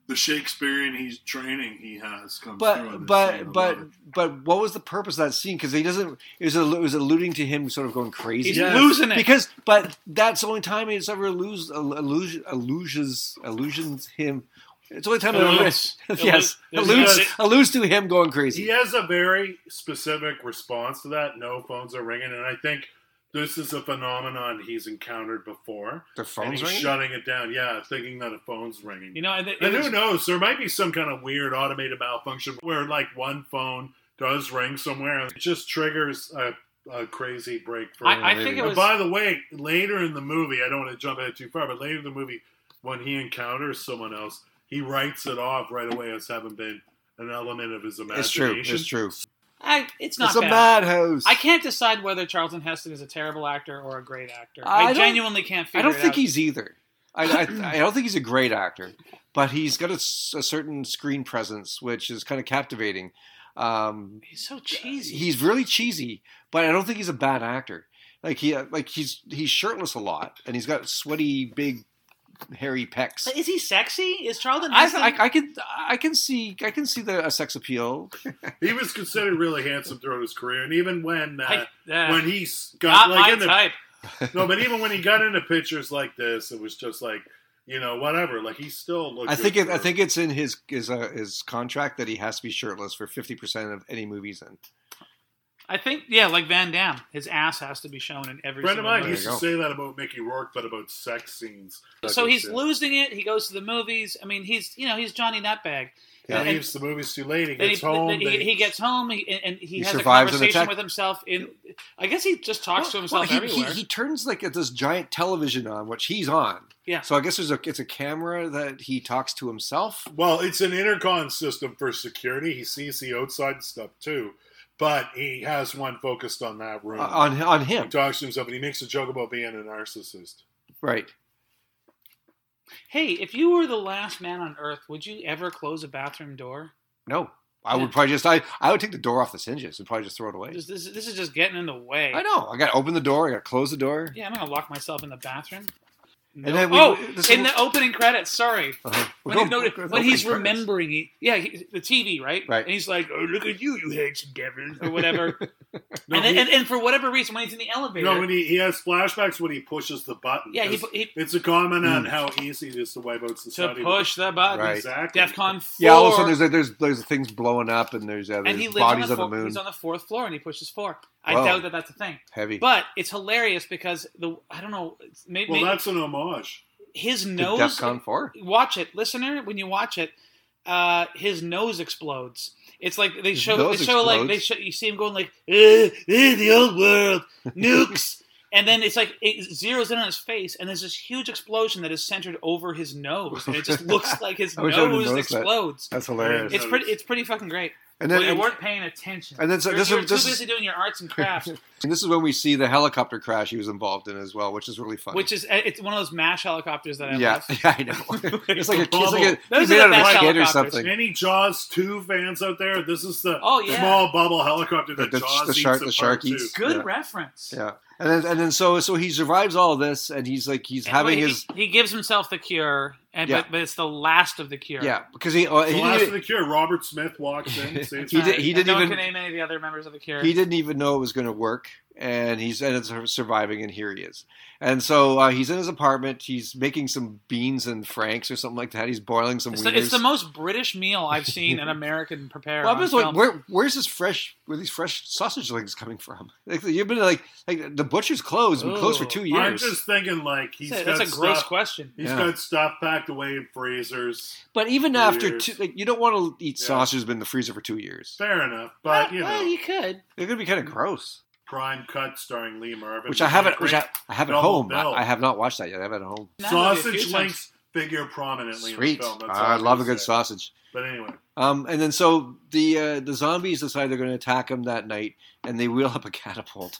I: the Shakespearean he's training he has comes through. in
A: but
I: this scene. I
A: but but
I: love it.
A: but what was the purpose of that scene? Because he doesn't. It was, al- it was alluding to him sort of going crazy.
H: He's
I: Yes.
H: losing it.
A: Because but that's the only time he's ever lose illusion illusions illusions him. It's the only time
H: Alludes.
A: it yes
H: Alludes.
A: alludes
I: Alludes.
A: alludes to him going crazy.
I: he has a very specific response to that. No phones are ringing, and I think this is a phenomenon he's encountered before.
A: The
I: and he's shutting it down. Yeah, thinking that a phone's ringing.
H: You know, and, it,
I: and who
H: was-
I: knows? There might be some kind of weird automated malfunction where like one phone does ring somewhere, and it just triggers a, a crazy break for him.
H: I, I think it
I: And
H: was.
I: by the way, later in the movie, I don't want to jump ahead too far, but later in the movie, when he encounters someone else, he writes it off right away as having been an element of his
A: It's
I: imagination.
A: true. It's true.
H: I, it's not
A: it's a
H: bad.
A: madhouse.
H: I can't decide whether Charlton Heston is a terrible actor or a great actor.
A: I
H: I,
A: don't-
H: genuinely can't figure
A: I don't
H: it
A: think
H: out.
A: he's either. I, I, I don't think he's a great actor, but he's got a, s- a certain screen presence which is kind of captivating. Um,
H: He's so cheesy.
A: he's really cheesy, but I don't think he's a bad actor. Like he uh, like he's he's shirtless a lot, and he's got sweaty, big, hairy pecs.
H: But is he sexy? Is Charlton
A: I,
H: Heston?
A: I, I can I can see I can see the a sex appeal.
I: He was considered really handsome throughout his career, and even when uh,
H: uh,
I: when he s- got
H: not
I: like
H: my
I: in the
H: type.
I: no, but even when he got into pictures like this, it was just like you know whatever. Like he still looked.
A: I
I: good
A: think it,
I: for
A: I
I: him.
A: think it's in his his uh, his contract that he has to be shirtless for fifty percent of any movies in.
H: I think yeah, like Van Damme, his ass has to be shown in
I: a
H: every.
I: friend of
H: single
I: mine
H: movie.
I: used
A: There
I: to
A: you
I: say that about Mickey Rourke, but about sex scenes.
H: So he's
I: Yeah.
H: losing it. He goes to the movies. I mean, he's you know he's Johnny Nutbag.
I: He
H: and-
I: leaves the movies too late. He
H: Then he,
I: gets home.
H: then he,
I: they-
H: he gets home he, and, and he,
A: He
H: has a
A: survives an
H: conversation
A: attack.
H: with himself. In I guess he just talks to
A: Well,
H: himself
A: well, he,
H: everywhere.
A: He, he turns like this giant television on, which he's on.
H: Yeah.
A: So I guess there's a it's a camera that he talks to himself.
I: Well, it's an intercom system for security. He sees the outside stuff too, but he has one focused on that room.
A: uh, On on
I: he
A: him,
I: talks to himself and he makes a joke about being a narcissist.
A: right?
H: hey, if you were the last man on Earth, would you ever close a bathroom door?
A: No, I
H: Yeah.
A: would probably just I, I would take the door off the hinges and probably just throw it away.
H: This, this, this is just getting in the way.
A: I know. I got to open the door. I got to close the door.
H: Yeah, I'm gonna lock myself in the bathroom. No.
A: And then we-
H: oh,
A: this-
H: in the opening credits. Sorry,
A: Uh-huh.
H: when,
A: We're going-
H: he- no,
A: we're
H: when
A: going
H: he's
A: backwards.
H: remembering, he, yeah, he, the TV, right?
A: Right.
H: And he's like, "Oh, look at you, you handsome devil," or whatever. and, then, and and for whatever reason, when he's in the elevator,
I: No, when he, he has flashbacks when he pushes the button.
H: yeah, he,
I: It's-
H: he
I: it's a comment
A: Hmm.
I: on how easy it is to wipe
H: to
I: out society. with-
H: push the button.
A: Right.
I: Exactly.
H: DefCon four.
A: Yeah, all of a sudden there's like, there's there's things blowing up and there's, uh,
H: and he
A: there's
H: lives
A: bodies on
H: on,
A: the
H: the four,
A: moon.
H: He's on the fourth floor, and he pushes four. I
A: Whoa.
H: doubt that that's a thing,
A: Heavy.
H: but it's hilarious because the I don't know, it's- may-
I: Well,
H: may-
I: that's an homage.
H: his
A: To
H: nose
A: DEFCON 4.
H: watch it, listener. When you watch it, uh, his nose explodes. It's like they
A: His
H: show,
A: nose
H: they show like they
A: explodes?
H: show, you see him going like, eh, eh, the old world nukes, and then it's like it zeroes in on his face, and there's this huge explosion that is centered over his nose, and it just looks like his
A: I wish I would've
H: nose
A: noticed that.
H: explodes.
A: That's hilarious.
H: It's pretty, it's pretty fucking great.
A: and
H: Well,
A: then
H: you
A: and,
H: weren't paying attention,
A: and then so
H: you're,
A: this
H: you're
A: is-
H: too
A: this is-
H: busy doing your arts and crafts,
A: this is when we see the helicopter crash he was involved in as well, which is really fun.
H: which is uh, it's one of those mash helicopters that I
A: yeah,
H: love.
A: yeah, I know. it's like a it's like a,
H: Those
A: it's
H: are
A: made
H: the
A: out of a
H: best
A: skid or
H: helicopters.
A: something.
I: Any Jaws 2 fans out there, this is the
H: Oh, yeah.
I: small bubble helicopter that
A: The- the-
I: Jaws
A: the
I: eats
A: shark-
I: in
A: the
I: part
A: shark eats.
I: two.
H: Good
A: Yeah.
H: reference.
A: Yeah, and then and then so so he survives all this, and he's like he's having
H: Well, he,
A: his
H: he gives himself the cure, and
A: Yeah.
H: but, but it's the last of the cure.
A: yeah because he uh,
I: The
A: he,
I: last
A: didn't
I: of the cure, Robert Smith walks in. saves
A: He
H: Uh,
I: him.
A: did- he
H: and
A: didn't
H: no
A: even-
H: one can name any of the other members of the cure.
A: even, he didn't even know it was going to work, and he's and it's surviving, and here he is, and so uh, he's in his apartment, he's making some beans and franks or something like that. He's boiling some.
H: it's, the, it's
A: wieners.
H: the most British meal I've seen an American prepare.
A: Well, I'm
H: on
A: just like,
H: film.
A: where, where's this fresh? Where these fresh sausage links coming from? Like you've been like, like the butcher's closed, been closed for
H: Ooh,
A: two
I: I'm
A: years.
I: just thinking, like, he's
H: that's a,
I: got
H: that's a gross
I: stuff.
H: question.
I: He's
A: Yeah.
I: got stuff packed away in freezers.
A: but even
I: two
A: after
I: years.
A: two, like you don't want to eat
I: Yeah.
A: sausage that's been in the freezer for two years.
I: Fair enough, but
H: well,
I: you know,
H: well, you could.
A: They're gonna be kind of gross.
I: Prime Cut starring Lee Marvin,
A: which I haven't, which I,
I: Great
A: I have at
I: double
A: home. I,
I: bill.
A: I have not watched that yet. I have it at home.
H: Now there'll be a few times-
I: sausage links figure prominently in
A: Sweet,
I: the film. That's all
A: I
I: I'm
A: love a
I: gonna
A: good
I: say.
A: sausage.
I: But anyway,
A: Um, and then so the uh, the zombies decide they're going to attack him that night, and they wheel up a catapult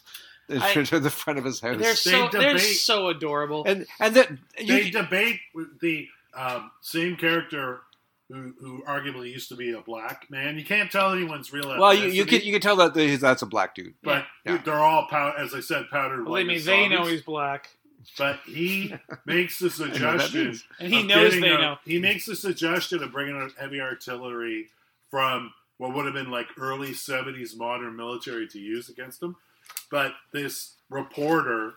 A: in
H: I-
A: front of the front of his house.
H: They're so they're
I: debate.
H: so adorable.
A: and and that
I: they
A: you,
I: debate with the um, same character who, who arguably used to be a black man. You can't tell anyone's real.
A: well, you, you
I: ethnicity,
A: can you can tell that the- that's a black dude.
I: but
A: Yeah.
I: they're all pow- as I said, powdered white.
H: Believe me,
I: as
H: they know
I: zombies.
H: he's black,
I: But he makes the
A: I know what that
I: suggestion.
A: means.
H: and he
I: of
H: knows they
I: getting a-
H: know.
I: He makes the suggestion of bringing out heavy artillery from what would have been like early 70s modern military to use against them. But this reporter,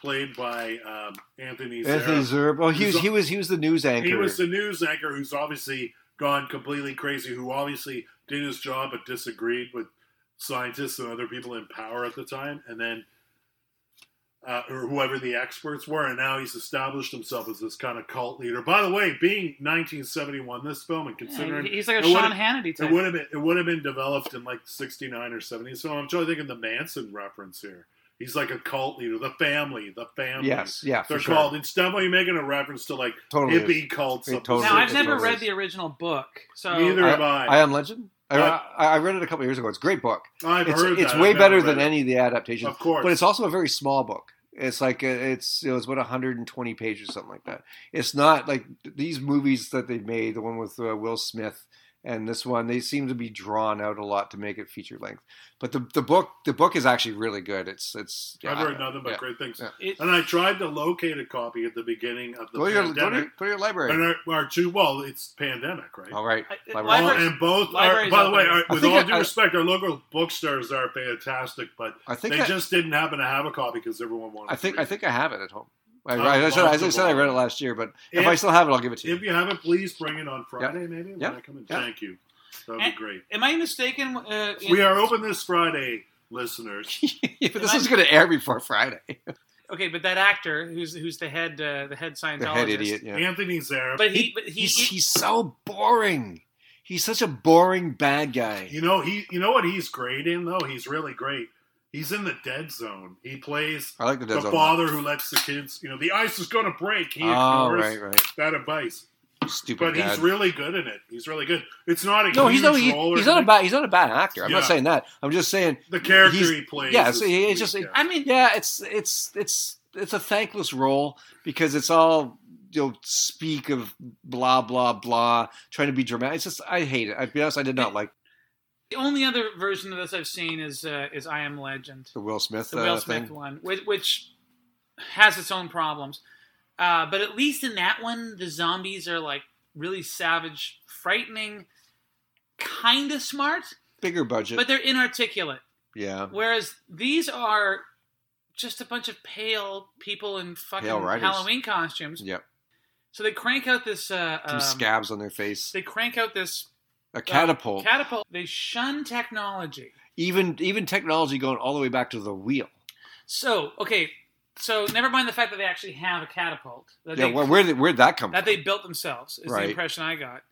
I: played by um, Anthony
A: Anthony
I: Zara,
A: Zerbe. Oh, he
I: He's
A: was
I: a-
A: he was he was the news anchor.
I: he was the news anchor who's obviously gone completely crazy, who obviously did his job but disagreed with scientists and other people in power at the time, and then uh, or whoever the experts were, and now he's established himself as this kind of cult leader. By the way, being 1971, this film, and considering
H: Yeah, he's like a
I: it
H: Sean
I: would've-
H: Hannity
I: it
H: type.
I: would have been it would have been developed in like '69 or '70, so I'm totally thinking the Manson reference here. He's like a cult leader, the family, the family.
A: yes, yeah, for
I: They're
A: sure.
I: called. It's definitely making a reference to like
A: Totally is.
I: hippie cults.
A: It
I: of the
A: totally
H: Now I've
A: It's
I: 60s.
H: never
A: totally
H: read the original book, so
I: Neither have I.
A: I am Legend. I,
I: Uh,
A: I, I read it a couple of years ago. It's a great book.
I: I've
A: it's,
I: heard
A: it's
I: that.
A: way
I: I've
A: better
I: never
A: than
I: read it.
A: any of the adaptations.
I: Of course.
A: but it's also a very small book. It's like uh, it's you know, it's what 120 pages or something like that. It's not like these movies that they've made, the one with uh, Will Smith and this one, they seem to be drawn out a lot to make it feature length. But the the book the book is actually really good. It's it's
I: I've
A: yeah,
I: heard nothing but
A: yeah.
I: great things.
A: Yeah.
H: It-
I: And I tried to locate a copy at the beginning of the
A: Go to, your,
I: pandemic.
A: go, to, your- go to your
I: and
A: library.
I: our, our two, well, it's pandemic, right?
A: All right.
H: I-
A: Library.
H: it-
I: Well,
H: libraries-
I: and both, are,
H: libraries
I: by the way,
H: open.
I: our,
A: Oh, I
I: with
A: think
I: all
A: I-
I: due
A: I-
I: respect, our local bookstores are fantastic, but
A: I think
I: they
A: I,
I: just didn't happen to have a copy because everyone wanted.
A: I think
I: to
A: I
I: read it.
A: think I have it at home. I,
I: Oh,
A: I, I said, as I said, I
I: possible.
A: read it last year, but if,
I: If-
A: I still have it, I'll give it to you.
I: If you have it, please bring it on Friday, maybe. when
A: Yeah.
I: I come in.
A: Yeah.
I: Thank you. That would be
H: And-
I: great.
H: Am I mistaken? Uh, in-
I: We are open this Friday, listeners.
A: Yeah, but this
H: Am I-
A: is going to air before Friday.
H: Okay, but that actor who's who's the head uh, the head Scientologist.
A: The head idiot. Yeah.
I: Anthony Zareb.
H: But he but he,
A: he's he's so boring. He's such a boring bad guy.
I: You know he. You know what he's great in though. He's really great. He's in the dead zone. He plays
A: I like the dead
I: the
A: zone.
I: father who lets the kids. You know the ice is going to break. He
A: Oh,
I: ignores
A: right, right.
I: that advice,
A: Stupid.
I: but
A: dad.
I: he's really good in it. He's really good. It's not a
A: no,
I: huge
A: he's not. he-
I: role or
A: he's not a
I: anything.
A: bad. He's not a bad actor. I'm not
I: Yeah.
A: saying that. I'm just saying.
I: the character
A: he's-
I: he plays.
A: yeah,
I: is
A: so he- it's
I: weak,
A: just-
I: yeah.
H: I mean,
A: Yeah, it's it's it's it's a thankless role because it's all you know speak of blah blah blah, trying to be dramatic. It's just I hate it. I'd be honest, I did not like
H: the only other version of this I've seen is uh, is I Am Legend,
A: the Will Smith.
H: the
A: uh,
H: Will Smith
A: thing.
H: one, which, which has its own problems. Uh, but at least in that one, the zombies are like really savage, frightening, kind of smart,
A: Bigger budget.
H: but they're inarticulate.
A: yeah.
H: Whereas these are just a bunch of pale people in fucking
A: Pale riders.
H: Halloween costumes.
A: Yeah.
H: So they crank out this. Uh,
A: Some
H: um,
A: scabs on their face.
H: They crank out this
A: A
H: uh,
A: catapult.
H: catapult. They shun technology.
A: even even technology going all the way back to the wheel.
H: So okay, so never mind the fact that they actually have a catapult that
A: Yeah,
H: they
A: where, where did where'd that come
H: that
A: from?
H: they built themselves is
A: Right.
H: the impression I got.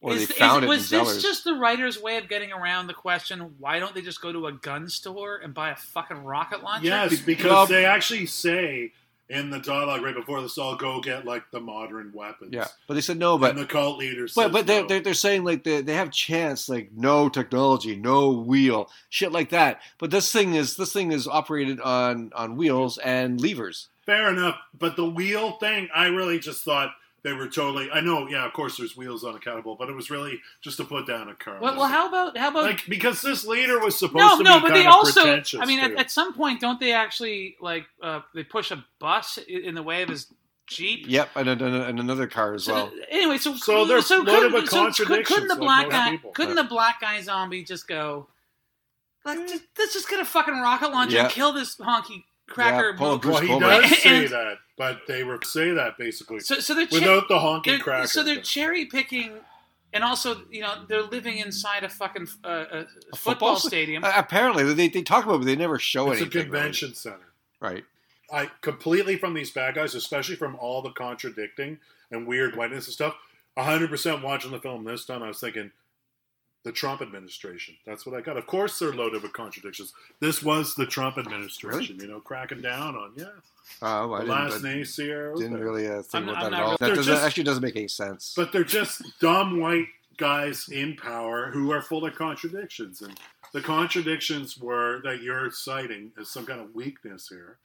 A: or
H: is,
A: they found it
H: is-
A: in
H: was this
A: Zeller's.
H: just the writer's way of getting around the question? Why don't they just go to a gun store and buy a fucking rocket launcher?
I: Yes, because
A: Well-
I: they actually say in the dialogue right before this, "I'll go get like the modern weapons."
A: Yeah, but they said no, but
I: and the cult leader says,
A: but but they're,
I: no.
A: they're they're saying like they they have chance like no technology, no wheel, shit like that. But this thing is this thing is operated on on wheels and levers.
I: fair enough." But the wheel thing, I really just thought they were totally. I know, yeah, of course, there's wheels on a catapult, but it was really just to put down a car.
H: Well, well, how about how about
I: like because this leader was supposed
H: no,
I: to
H: no?
I: be
H: But
I: kind
H: they
I: of
H: also,
I: pretentious.
H: I mean, at,
I: too.
H: at some point, don't they actually like uh, they push a bus i- in the way of his jeep?
A: Yep, and and, and another car as
H: So
A: well.
H: th- anyway, so
I: So they're
H: so
I: loaded
H: couldn't-
I: with
H: so could- Couldn't
I: contradictions,
H: the
I: like
H: black
I: most
H: guy?
I: people.
H: Couldn't the black guy zombie just go? Let's just, let's just get a fucking rocket launcher
A: Yeah.
H: and kill this honky cracker.
A: Yeah, pull a
H: mofo."
I: well,
A: Bruce
I: he
A: Bowen.
I: does say
H: And-
I: that, but they were say that basically
H: So so they're chi-
I: without the honking
H: they're-
I: cracker.
H: so they're
I: thing.
H: cherry picking, and also you know they're living inside a fucking uh, uh, football,
A: football sta-
H: stadium.
A: Uh, apparently, they, they talk about, it, but they never show
I: it's a
A: anything. really.
I: convention center.
A: right?
I: I completely from these bad guys, especially from all the contradicting and weird whiteness and stuff. 100% watching the film this time, I was thinking the Trump administration. That's what I got. Of course, they're loaded with contradictions. This was the Trump administration, you know, cracking down on yeah,
A: Uh, well, I
I: the
A: didn't,
I: last
A: I
I: name Sierra.
A: didn't really uh, think
H: I'm-
A: about
H: I'm
A: that
H: not
A: at all.
H: really-
A: That
I: They're
A: doesn't,
I: just-
A: actually doesn't make any sense.
I: But they're just dumb white guys in power who are full of contradictions. And the contradictions were that you're citing as some kind of weakness here.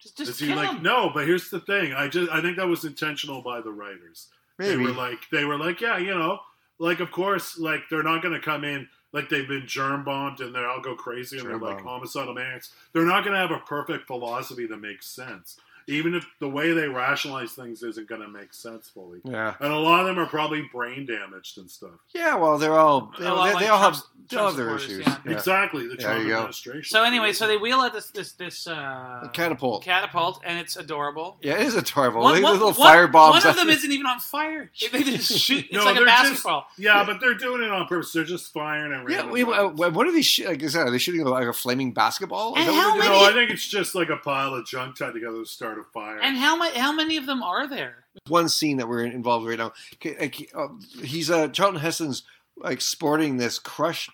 H: just just
I: Is he
H: kill
I: like,
H: him.
I: no, but here's the thing. I just I think that was intentional by the writers. They
A: Maybe
I: were like they were like, yeah, you know, like of course, like they're not gonna come in like they've been germ bombed and they're all go crazy and they're like
A: Germ-bombed.
I: homicidal maniacs. They're not gonna have a perfect philosophy that makes sense. Even if the way they rationalize things isn't gonna make sense fully.
A: yeah.
I: And a lot of them are probably brain damaged and stuff.
A: Yeah, well, they're all they,
H: A lot
A: they,
H: like
A: they all have
H: Trump's-
A: they all have
H: Trump's
A: their
H: supporters,
A: issues.
H: yeah.
A: Yeah.
I: Exactly, the
A: There
I: Trump
A: you go.
I: administration.
H: So anyway, so they wheel out this this this uh,
A: A catapult.
H: catapult, and it's adorable.
A: Yeah, it is adorable.
H: One-
A: They-
H: one-
A: little
H: one-
A: fire bombs.
H: One of them isn't even on fire. They just shoot. It's
I: No,
H: like a
I: they're just-
H: basketball.
I: yeah, but they're doing it on purpose. They're just firing at
A: Yeah,
I: random.
A: we, uh,
I: times.
A: what are they? Sh- like, is that, are they shooting like a flaming basketball? Is
H: And
A: that what
H: how
A: they're
H: many-
A: doing?
I: No, I think it's just like a pile of junk tied together to start a fire.
H: And how many how many of them are there?
A: One scene that we're involved right now. Okay, like, uh, He's uh, Charlton Heston's like sporting this crushed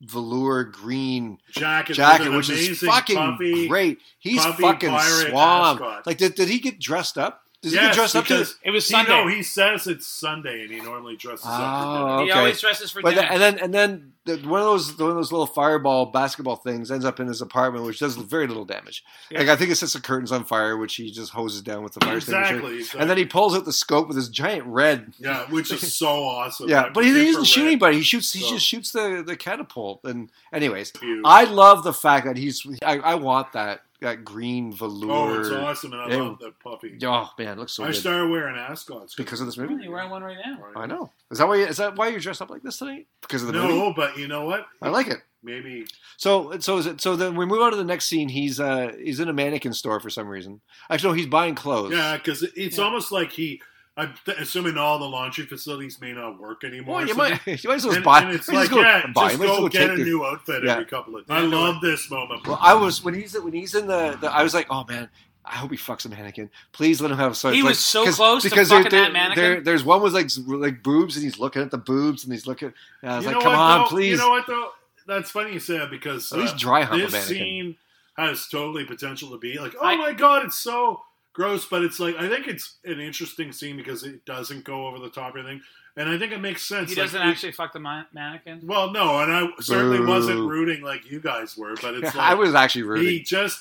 A: velour green
I: jacket,
A: jacket,
I: with an
A: which is
I: amazing
A: fucking
I: puffy-
A: great. He's
I: puffy
A: fucking
I: pirate
A: swamped.
I: mascot.
A: Like, did, did he get dressed up? Does he get
I: Yes,
A: dressed up to
I: because
A: this?
H: It was
I: He,
H: Sunday.
I: no, he says it's Sunday, and he normally dresses up. for
A: Oh,
I: dinner.
H: He
A: okay.
H: always dresses for
A: But
H: dinner.
A: the- and then and then the, one of those one of those little fireball basketball things ends up in his apartment, which does very little damage.
H: Yeah.
A: Like I think it sets the curtains on fire, which he just hoses down with the fire extinguisher.
I: Exactly, exactly.
A: And then he pulls out the scope with his giant red.
I: yeah, which is so awesome.
A: Yeah, but he, he doesn't
I: Infrared
A: shoot anybody. He shoots. He
I: So-
A: just shoots the, the catapult. And anyways,
I: view.
A: I love the fact that he's. I, I want that that green velour.
I: oh, it's awesome, and I
A: Yeah.
I: love that puppy.
A: Oh, man, it looks so
I: I
A: good
I: started wearing ascots
A: because of this movie.
H: You're wearing one right now.
A: I know. Is that why? Is that why you're dressed up like this tonight? Because of the movie.
I: No, but you know what?
A: I like it.
I: Maybe
A: So so is it so then we move on to the next scene. He's uh he's in a mannequin store for some reason. Actually, no, he's buying clothes.
I: yeah, because it's
H: Yeah.
I: almost like he. I'm th- assuming all the laundry facilities may not work anymore.
A: Well, you
I: so
A: might you might as well
I: And-
A: buy.
I: and it's
A: might as
I: like,
A: well
I: yeah,
A: buy.
I: just
A: might as
I: go
A: well
I: get a
A: take your-
I: new outfit
A: Yeah.
I: every couple of days. I love this moment.
A: Well, I was when he's when he's in the, the I was like, oh man. I hope he fucks a mannequin. Please let him have. So
H: He
A: like-
H: was so
A: 'cause-
H: close to
A: because there-
H: fucking that
A: there-
H: mannequin.
A: there- there's one with like z- like boobs, and he's looking at the boobs, and he's looking. And I was
I: You
A: like,
I: know
A: come
I: what,
A: on,
I: though?
A: please.
I: You know what though? That's funny you say that because
A: At least
I: uh,
A: dry hump a
I: this
A: mannequin.
I: scene has totally potential to be like, oh
H: I-
I: my god, it's so gross, but it's like I think it's an interesting scene because it doesn't go over the top or anything, and I think it makes sense.
H: He
I: like,
H: doesn't
I: it-
H: actually fuck the man- mannequin.
I: Well, no, and I certainly
A: Boo.
I: wasn't rooting like you guys were, but it's like
A: I was actually
I: he
A: rooting.
I: just.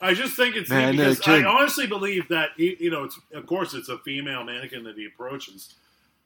I: I just think it's
A: Man,
I: neat because
A: they're
I: I
A: kidding.
I: honestly believe that he, you know, it's of course it's a female mannequin that he approaches,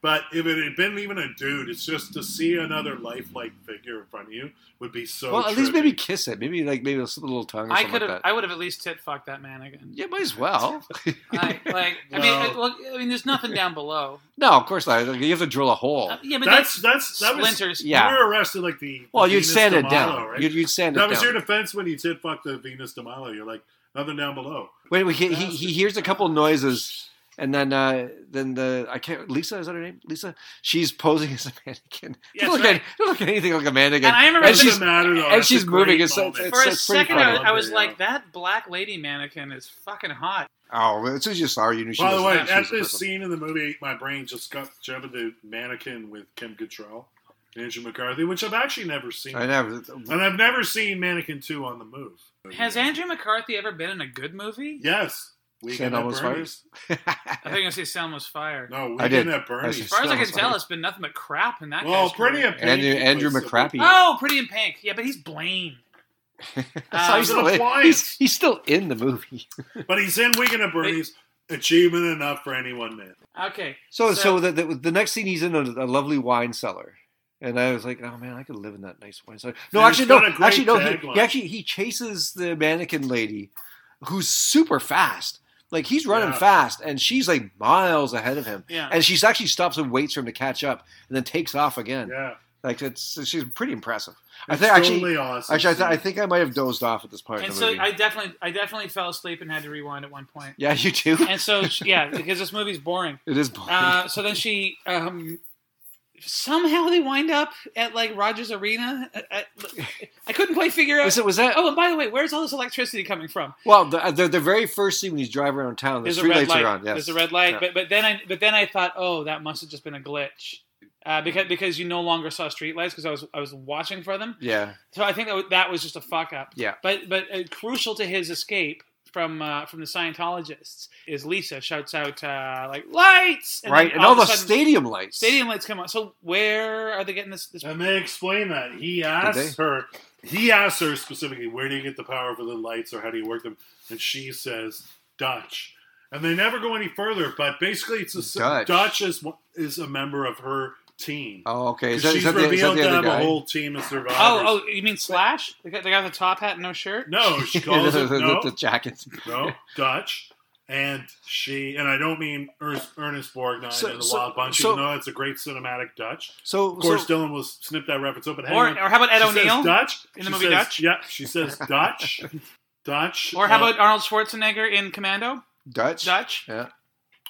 I: But if it had been even a dude, it's just to see another lifelike figure in front of you would be so.
A: well, at least
I: trippy.
A: maybe kiss it. Maybe like maybe a slip a little tongue or
H: I
A: something
H: could have.
A: like that.
H: I would have at least tit fucked that man again.
A: yeah, might as well.
H: I, like, I mean,
I: No.
H: I, look, I mean, there's nothing down below.
A: no, of course not. You have to drill a hole.
H: Uh, yeah, but
I: That's
H: that's,
I: that's that was.
H: splinters.
A: Yeah.
I: You were arrested like the. the
A: well, you'd
I: Venus
A: sand
I: de
A: it
I: Milo,
A: down.
I: right?
A: You'd, you'd sand
I: that
A: it
I: was
A: down.
I: your defense when you said "fuck the Venus de Milo." You're like nothing down below.
A: Wait, wait, he, he, he hears a couple noises, and then uh, then the I can't. Lisa is that her name? Lisa. She's posing as a mannequin.
H: Yeah,
A: Don't look,
H: that's
A: at, don't look at anything like a mannequin.
H: And I remember
A: and
H: the-
A: she's,
I: Doesn't matter, though.
A: and
I: That's a
A: she's moving.
I: great
A: It's so-
I: moment.
A: it's-
H: for a
A: that's pretty
H: second.
A: funny.
H: I, I was
I: Yeah.
H: like, that black lady mannequin is fucking hot.
A: oh, as soon as you saw her, you knew she
I: By
A: was.
I: the way,
A: she
I: at
A: was a
I: this
A: person.
I: scene in the movie, my brain just got jumped to mannequin with Kim Cattrall, Andrew McCarthy, which I've actually never seen,
A: I
I: and
A: know.
I: I've never seen Mannequin Two on the move.
H: Has Andrew McCarthy ever been in a good movie?
I: Yes, Weekend
A: Sand
I: at
A: almost
I: Bernie's.
A: fires.
H: I think I see Selma's Fire.
I: No, Weekend
A: I did.
I: at
A: I
I: Bernie's.
H: as far as I
A: Selma's
H: can tell,
A: Fire.
H: it's been nothing but crap in that.
I: Well,
H: guy's
I: pretty
H: career.
I: opinion.
A: Andrew, Andrew McCrappy.
H: Oh, Pretty in Pink. Yeah, but he's Blaine. Um,
A: So he's,
I: an
A: still in,
I: appliance.
A: he's, he's still in the movie.
I: But he's in Weekend at Bernie's. Achievement enough for anyone man.
H: Okay.
A: So, so, the, the the next scene, he's in a, a lovely wine cellar, and I was like, oh man, I could live in that nice wine cellar. No,
I: And
A: actually,
I: he's got
A: no,
I: a great
A: actually, no. He,
I: tagline.
A: he actually he chases the mannequin lady, who's super fast. Like he's running
I: Yeah.
A: fast, and she's like miles ahead of him.
H: Yeah.
A: And she's actually stops and waits for him to catch up, and then takes off again.
I: Yeah,
A: Like it's she's pretty impressive. I
I: It's
A: think
I: totally
A: actually,
I: awesome.
A: actually, I, th- I think I might have dozed off at this part.
H: and
A: in the
H: so
A: movie.
H: I definitely, I definitely fell asleep and had to rewind at one point.
A: yeah, you too.
H: And so, yeah, because this movie's boring.
A: It is boring.
H: Uh, so then she um, somehow they wind up at like Rogers Arena. I, I- I couldn't quite figure out.
A: was it was that
H: oh, and by the way, where's all this electricity coming from?
A: Well, the, the the very first scene when he's driving around town, the
H: There's a
A: street
H: red
A: lights
H: light.
A: are on. Yes.
H: There's a red light.
A: Yeah.
H: But but then I but then I thought, oh, that must have just been a glitch. Uh, because because you no longer saw street lights because I was I was watching for them.
A: Yeah,
H: So I think that, wa- that was just a fuck up.
A: Yeah.
H: But but uh, crucial to his escape from uh, from the Scientologists is Lisa shouts out uh, like lights then
A: right. And all,
H: of a
A: the
H: sudden,
A: stadium lights.
H: stadium lights come on. So where are they getting this? this
I: And they explain that he asked her, he asked her specifically, where do you get the power for the lights, or how do you work them? And she says Dutch. And they never go any further, but basically, it's a,
A: Dutch.
I: Dutch. is one- is a member of her team.
A: Oh, okay. Is
I: 'Cause
A: that, is
I: she's
A: that the, is that
I: revealed
A: the
I: to
A: other
I: have
A: guy?
I: a whole team of survivors.
H: oh oh, you mean Slash? The guy, the guy with the top hat and no shirt.
I: no, she
A: Yeah,
I: calls
A: the,
I: it
A: the-
I: no,
A: the jacket.
I: no Dutch, and she and I don't mean Ernst, Ernest Borgnine
A: So-
I: and the
A: so-
I: Wild Bunch,
A: so-
I: even though that's a great cinematic Dutch.
A: So,
I: Of course,
A: so
I: Dylan will snip that reference up, but hang
H: Or,
I: on.
H: or how about Ed
I: She
H: O'Neill?
I: says Dutch
H: in the
I: She
H: movie
I: says-
H: Dutch?
I: Yeah, she says Dutch, Dutch.
H: Or how
I: uh,
H: about Arnold Schwarzenegger in Commando?
A: Dutch.
H: Dutch.
A: Yeah.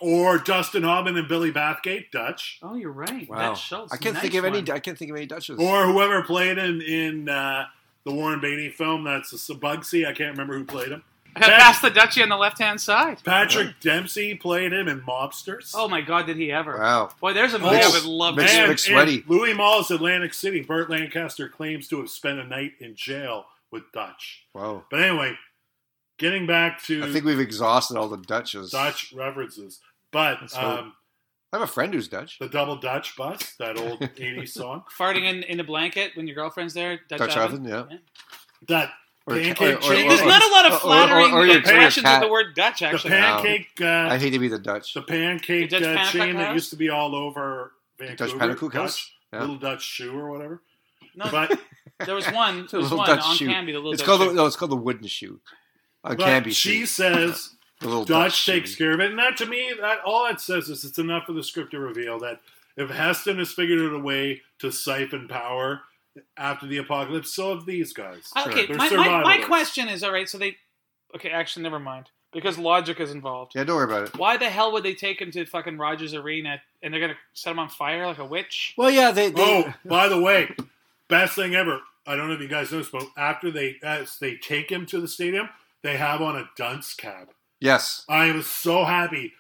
I: or Dustin Hoffman and Billy Bathgate Dutch,
H: Oh, you're right.
A: Wow.
H: Ned Schultz.
A: I can't
H: Nice
A: think of
H: one.
A: any. I can't think of any Dutches.
I: or whoever played in in uh, the Warren Beatty film. That's a, Bugsy. I can't remember who played him.
H: Pass the Dutchie on the left hand side.
A: Uh-huh.
I: Patrick Dempsey played him in Mobsters.
H: Oh my God, did he ever?
A: wow.
H: Boy, there's a movie I
I: Oh,
H: would love
A: Mixed-
H: to
I: and
H: see.
A: mixed sweaty.
I: in Louis Mall's Atlantic City. Burt Lancaster claims to have spent a night in jail with Dutch.
A: Wow.
I: But anyway, getting back
A: I think
I: to
A: we've exhausted all the Dutches.
I: Dutch references, but
A: Let's hope.
I: um,
A: I have a friend who's Dutch.
I: the Double Dutch Bus, that old '80s song.
H: Farting in, in a blanket when your girlfriend's there. Dutch,
A: Dutch
H: oven.
A: oven, yeah.
I: That
A: Or-
I: pancake
A: or- or-
I: chicken.
H: There's not a lot
A: or- or-
H: of flattering
A: or your
H: expressions of
A: cat.
H: the word Dutch,
I: the
H: actually.
I: pancake,
A: I
I: uh,
A: hate to be the Dutch.
I: the pancake
H: The Dutch
I: uh,
H: Panna
I: chain that
H: Cotta?
I: used to be all over Vancouver.
A: Dutch Panna Cook House? Yeah.
I: Little Dutch shoe or whatever.
H: No.
I: But
H: There was one. There was
A: little
H: one
A: Dutch
H: on
A: shoe.
H: Canby. The little
A: It's
H: Dutch
A: called the,
H: shoe.
A: no, it's called the wooden shoe. Uh,
I: but
A: can be
I: she
A: shoe.
I: says
A: The little
I: Dutch
A: shoe.
I: takes care of it, and that to me, that all that says is it's enough for the script to reveal that if Heston has figured out a way to siphon power after the apocalypse, so have these guys.
H: Uh, Okay,
I: They're
H: my, my, my
I: survivalists.
H: question is all right, so they. Okay, actually, never mind. Because logic is involved.
A: Yeah, don't worry about it.
H: Why the hell would they take him to fucking Rogers Arena and they're gonna set him on fire like a witch?
A: Well, yeah, they. they
I: Oh, by the way, best thing ever. I don't know if you guys noticed, but after they as they take him to the stadium, they have on a dunce cap.
A: Yes.
I: I was so happy.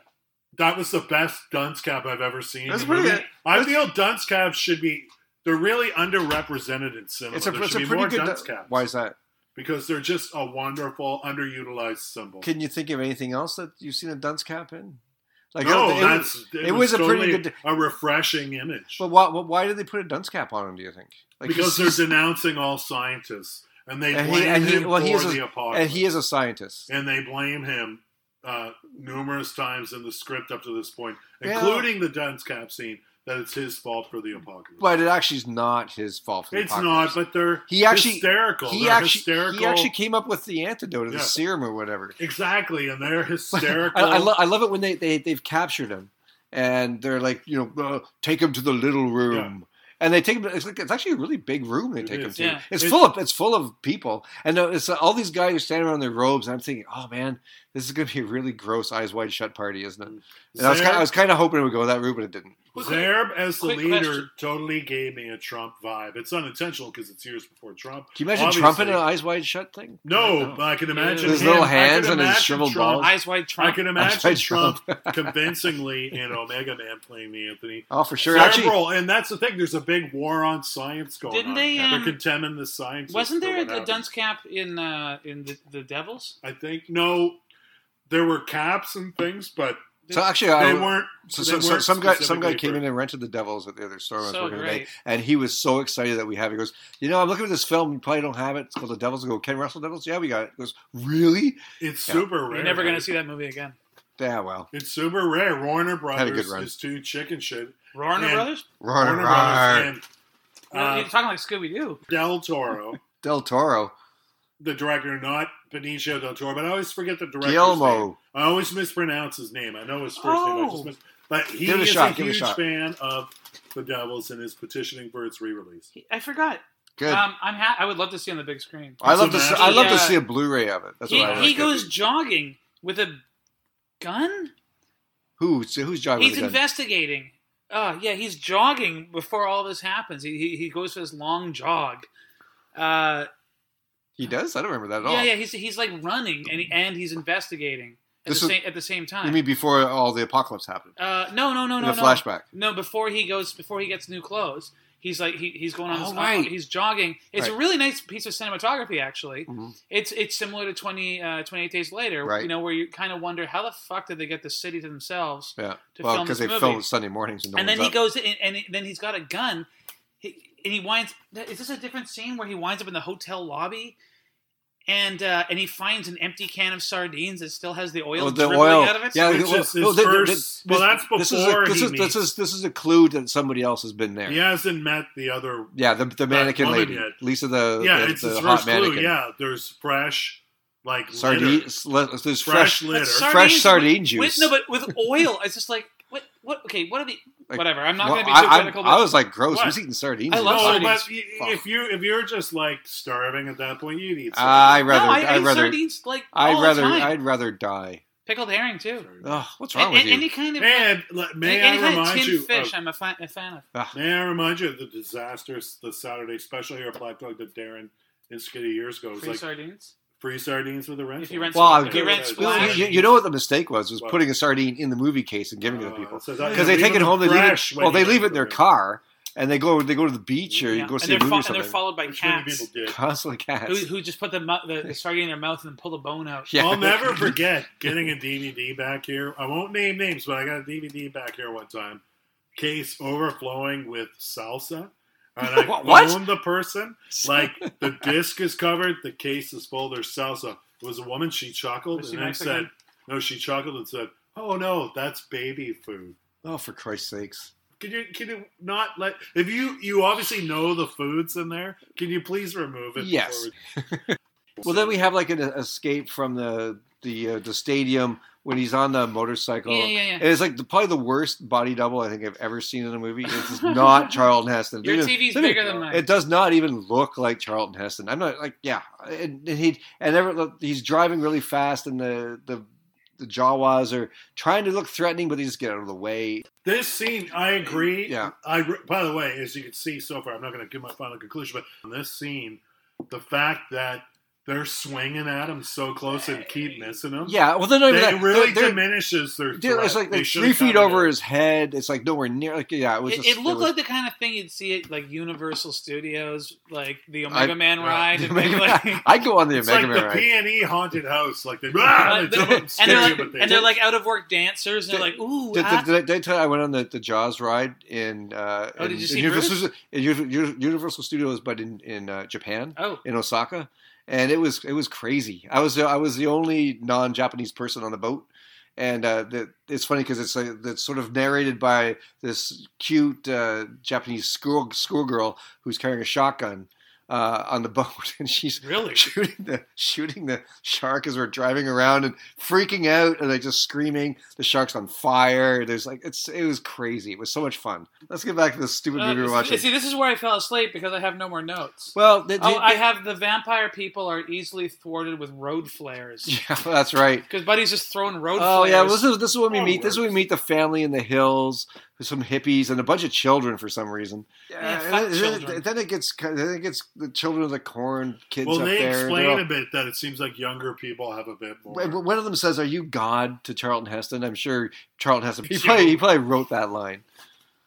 I: That was the best dunce cap I've ever seen.
A: That's
I: in a movie.
A: pretty-
I: I feel dunce caps should be. They're really underrepresented in cinema.
A: It's a,
I: there
A: it's
I: should
A: a
I: be
A: pretty
I: more
A: good. uh,
I: dunce caps.
A: Why is that?
I: Because they're just a wonderful, underutilized symbol.
A: Can you think of anything else that you've seen a dunce cap in? Like
I: no,
A: it, it-
I: that's,
A: it was a pretty
I: totally
A: good-
I: a refreshing image.
A: But why, why did they put a dunce cap on him? Do you think? Like
I: because they're
A: he's-
I: denouncing all scientists, and they
A: And he-
I: blame
A: and he-
I: him
A: well,
I: for
A: he is a-
I: the apocalypse.
A: and he is a scientist.
I: and they blame him uh, numerous times in the script up to this point,
A: Yeah.
I: including the dunce cap scene. that it's his fault for the apocalypse.
A: But it actually is not his fault. For the
I: it's
A: apocalypse.
I: not. But they're
A: He actually-
I: hysterical.
A: he
I: they're
A: actually
I: hysterical.
A: he actually came up with the antidote or the
I: Yeah.
A: serum or whatever.
I: exactly, and they're hysterical.
A: I, I, lo- I love it when they, they they've captured him and they're like you know uh, take him to the little room and they take him to, it's, like, it's actually a really big room they
I: It
A: take him
I: is.
A: to
H: Yeah.
A: it's
I: It-
A: full of it's full of people and uh, it's uh, all these guys are standing around in their robes and I'm thinking oh man this is gonna be a really gross eyes wide shut party isn't it and I was
I: Zerb-
A: kind I was kind of hoping it would go that route but it didn't
I: Zerb as the
H: Quick
I: leader
H: question.
I: totally gave me a Trump vibe. It's unintentional because it's years before Trump.
A: can you imagine Trump in
I: Obviously-
A: an eyes wide shut thing
I: No, but I can imagine
H: His
I: him-
A: little
I: I can
A: hands and his
I: imagine
A: shriveled
I: Trump-
A: balls.
H: Eyes wide
I: I
H: Trump.
I: can
A: why
I: imagine Trump
A: Trump-
I: convincingly in Omega Man playing the Anthony
A: oh for sure
I: Cerebral,
A: actually
I: and that's the thing. There's a big war on science going
H: Didn't
I: on.
H: they, um,
I: They're condemning the science.
H: Wasn't there a, a dunce cap in uh, in the, the Devils?
I: I think no. There were caps and things, but
A: so actually
I: they
A: I,
I: weren't.
A: So,
I: they
A: so, so
I: weren't
A: some guy some guy
I: specifically
A: came
I: for-
A: in and rented the Devils at the other store I was
H: So
A: working today,
H: great.
A: and he was so excited that we have it. He goes, you know, I'm looking at this film. You probably don't have it. It's called The Devils. I go, Ken Russell Devils. Yeah, we got it. He goes, really?
I: It's
A: Yeah.
I: super rare.
H: You're never going to see that movie again.
A: Yeah, well,
I: It's super rare. Warner
A: Had a good
I: Brothers
A: run.
I: is too chicken shit.
H: Warner
I: Yeah.
H: Brothers?
A: roar,
I: Warner
A: roar.
I: Brothers and uh,
H: You're talking like Scooby Doo.
I: Del Toro,
A: Del Toro,
I: the director, not Benicio del Toro, but I always forget the director's name.
A: Guillermo.
I: I always mispronounce his name. I know his first name. I
H: Oh.
I: just mis- but he
A: Give it a
I: is
A: shot,
I: a
A: give it a
I: huge
A: shot.
I: fan of the Devils and is petitioning for its re-release.
H: I forgot.
A: Good.
I: Ah,
H: Um, I'm ha- I would love to see on the big screen.
A: I love to see,
I: It's a
A: I love to
H: match.
A: see a Blu-ray of it. That's
H: he
A: what I
H: he
A: like.
H: goes jogging with a gun.
A: Who? So who's John?
H: He's
A: Willigan?
H: investigating. Uh, yeah, he's jogging before all this happens. He he, he goes for this long jog. Uh,
A: He does. I don't remember that at all.
H: yeah, yeah, he's he's like running and he, and he's investigating at
A: This
H: the,
A: was-
H: same, at the same time.
A: You mean before all the apocalypse happened?
H: uh, no, no, no,
A: In
H: no,
A: the
H: no.
A: flashback.
H: No, before he goes, before he gets new clothes, he's like he, he's going on.
A: Oh,
H: this,
A: right.
H: he's jogging. It's a
A: Right.
H: really nice piece of cinematography, actually.
A: Mhm.
H: It's it's similar to 20, uh, 28 Days Later,
A: Right.
H: you know, where you kind of wonder how the fuck did they get the city to themselves?
A: Yeah.
H: To
A: well,
H: film
A: because they
H: this movie.
A: film it Sunday mornings and no
H: and then
A: one's
H: he
A: up.
H: goes in, and he- then he's got a gun. He, and he winds. Is this a different scene where he winds up in the hotel lobby? And uh, and he finds an empty can of sardines that still has the oil
A: Oh, the
H: dribbling
A: oil.
H: out of it.
A: Yeah,
I: Which
A: well,
I: is his
A: no, th- th-
I: first-
A: th-
I: well, that's
A: this is a-
I: before
A: this
I: he
A: is, this
I: meets-
A: is this is a clue that somebody else has been there.
I: He hasn't met the other.
A: Yeah, the, the mannequin
I: woman
A: lady,
I: yet.
A: Lisa, the
I: yeah,
A: the,
I: it's
A: the
I: his
A: hot
I: first clue.
A: mannequin.
I: Yeah, there's fresh, like litter.
A: sardines. le- There's
I: fresh,
A: fresh,
I: litter.
H: But
A: fresh sardine
H: with-
A: juice.
H: With, no, but with oil, it's just like what? What? Okay, what are the?
A: Like,
H: whatever. I'm not
A: Well,
H: going to be too
A: I,
H: critical.
A: I, I
H: but
A: was like, gross.
I: What?
A: Who's eating sardines?
H: I
A: in
H: love
A: this?
I: no,
H: sardines.
I: but y- y- if you if you're just like starving at that point, you'd eat.
A: I
I: sardines.
H: no,
A: rather,
H: I, I
A: I
H: eat
A: rather,
H: sardines like all
A: I'd
H: the
A: rather,
H: time.
A: I'd rather die.
H: Pickled herring too.
A: Ugh, what's
H: And,
A: wrong with
H: and any
A: you?
H: kind of
I: and let- may
H: any,
I: I
H: any kind of
I: remind
H: tinned
I: you?
H: fish,
I: Of,
H: I'm a, fi- a fan of.
A: Ugh,
I: may I remind you of the disastrous the Saturday special here at Black Dog that Darren instigated years ago? It was
H: Free
I: like
H: sardines.
I: free sardines with a rental.
H: If you rent
A: Well, I-
H: if you rent
I: you-
A: you,
H: splash.
A: you- you know what the mistake was? Was
I: What?
A: putting a sardine in the movie case and giving it to
I: Uh,
A: people
I: it says, uh,
A: because they
I: leave
A: take it
I: them
A: home. They leave
I: fresh
A: it.
I: when
A: Well,
I: you
A: they leave
I: leave
A: it in
I: them
A: their
I: there.
A: car and they go. They go to the beach or
H: Yeah.
A: you go
H: and
A: see
H: they're
A: a movie
H: fo-
A: or
H: and they're
A: something.
H: followed by
I: Which many people
H: cats
I: did.
A: Constantly cats.
H: who, who just put the, mu- the, the sardine in their mouth and pull the bone out.
A: Yeah.
I: I'll never forget getting a DVD back here. I won't name names, but I got a DVD back here one time. Case overflowing with salsa. And I
A: Wha- what?
I: phoned the person. Like the disc is covered, the case is full, there's salsa. It was a woman, she chuckled
H: Was she
I: and then
H: Mexican?
I: said, No, she chuckled and said, Oh no, that's baby food.
A: Oh, for Christ's sakes!
I: Can you can you not let if you you obviously know the foods in there? Can you please remove it?
A: Yes.
I: before we-
A: Well, then we have like an uh, escape from the the uh, the stadium when he's on the motorcycle.
H: Yeah, yeah, yeah.
A: And it's like the, probably the worst body double I think I've ever seen in a movie. This is not Charlton Heston.
H: Your
A: Even-
H: TV's
A: I mean,
H: bigger than mine.
A: It does not even look like Charlton Heston. I'm not like yeah, and, and he and ever he's driving really fast, and the the the Jawas are trying to look threatening, but they just get out of the way.
I: This scene, I agree.
A: Yeah.
I: I re- by the way, as you can see so far, I'm not going to give my final conclusion, but in this scene, the fact that they're swinging at him so close and keep missing him,
A: Yeah, well, then not
I: it
A: even that.
I: really
A: They're- they're-
I: diminishes their.
A: dude,
I: threat.
A: it's like
I: They
A: like
I: should've
A: three feet
I: countered
A: over
I: it.
A: his head. It's like nowhere near. Like yeah, it was.
H: It,
A: just,
H: it looked
A: was-
H: like the kind of thing you'd see at like Universal Studios, like the
A: I- uh,
H: Omega Man ride.
A: The
H: And
A: Mega
H: then,
A: Man-
H: like,
A: I'd go on the
I: It's
A: Omega
I: like
A: Man
I: the
A: ride.
I: P and E haunted house. Like they, ah,
H: and
I: they don't scare
H: they're
I: you,
H: like,
I: but they
H: and they're
I: do.
H: like out of work dancers. They're like, ooh,
A: Did,
H: ah.
A: did, did, I- did I tell you I went on the, the Jaws ride in, uh,
H: Oh,
A: in,
H: did you
A: in
H: see
A: Universal, in Uni- Uni- Universal Studios, but in in uh, Japan,
H: oh,
A: in Osaka, and it was it was crazy. I was the- I was the only non Japanese person on the boat, and uh, the, it's funny because it's uh, it's sort of narrated by this cute uh, Japanese school schoolgirl who's carrying a shotgun uh, on the boat, and she's
H: Really?
A: shooting the shooting the shark as we're driving around and freaking out and like just screaming. The shark's on fire. There's like it's it was crazy. It was so much fun. Let's get back to the stupid
H: Uh,
A: movie we're watching.
H: see, this is where I fell asleep because I have no more notes.
A: well, the,
H: oh,
A: the-
H: I have the vampire people are easily thwarted with road flares
A: yeah, that's right.
H: because Buddy's just throwing road
A: Oh
H: flares.
A: yeah, well, this is this is when we
I: Oh,
A: meet. This is when we meet the family in the hills, with some hippies and a bunch of children for some reason.
H: Yeah,
A: Uh,
H: fuck
A: and then,
H: children.
A: then it gets then it gets the children of the corn kids
I: Well,
A: up
I: they
A: there.
I: explain
A: They're all-
I: a bit that it seems like younger people have a bit more.
A: Wait, but One of them says, "Are you God?" to Charlton Heston. I'm sure Charlton Heston. He probably, he probably wrote that line.